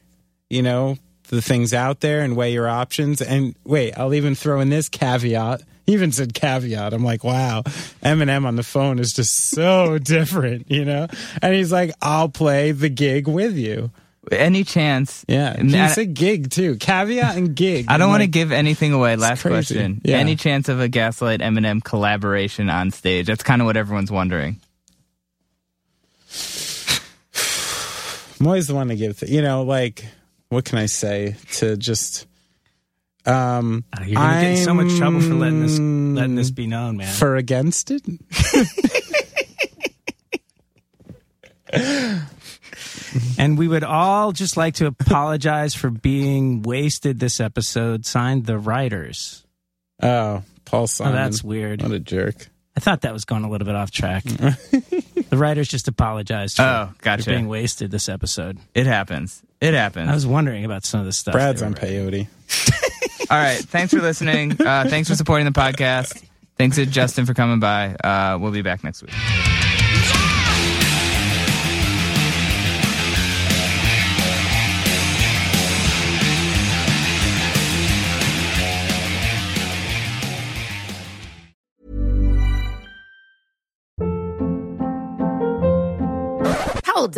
you know, the things out there and weigh your options. And wait, I'll even throw in this caveat. He even said caveat. I'm like, wow, Eminem on the phone is just so different, you know. And he's like, I'll play the gig with you.
Any chance?
Yeah,
And
he
I-
said gig too. Caveat and gig.
I don't
I'm
want to
like,
give anything away. Last
crazy.
question.
Yeah.
Any chance of a Gaslight Eminem collaboration on stage? That's kind of what everyone's wondering.
I'm always the one to give, th- you know, like, what can I say to just, um,
Oh, you're gonna get in so much trouble for letting this
I'm-
letting this be known, man.
for against it?
And we would all just like to apologize for being wasted this episode. Signed the writers.
Oh, Paul
Oh,
Simon.
that's weird.
What a jerk.
I thought that was going a little bit off track. the writers just apologized for,
Oh,
for
gotcha.
being wasted this episode.
It happens. It happens.
I was wondering about some of the stuff.
Brad's
they
on
were-
peyote.
All right. Thanks for listening. Uh, thanks for supporting the podcast. Thanks to Justin for coming by. Uh, we'll be back next week.
Hold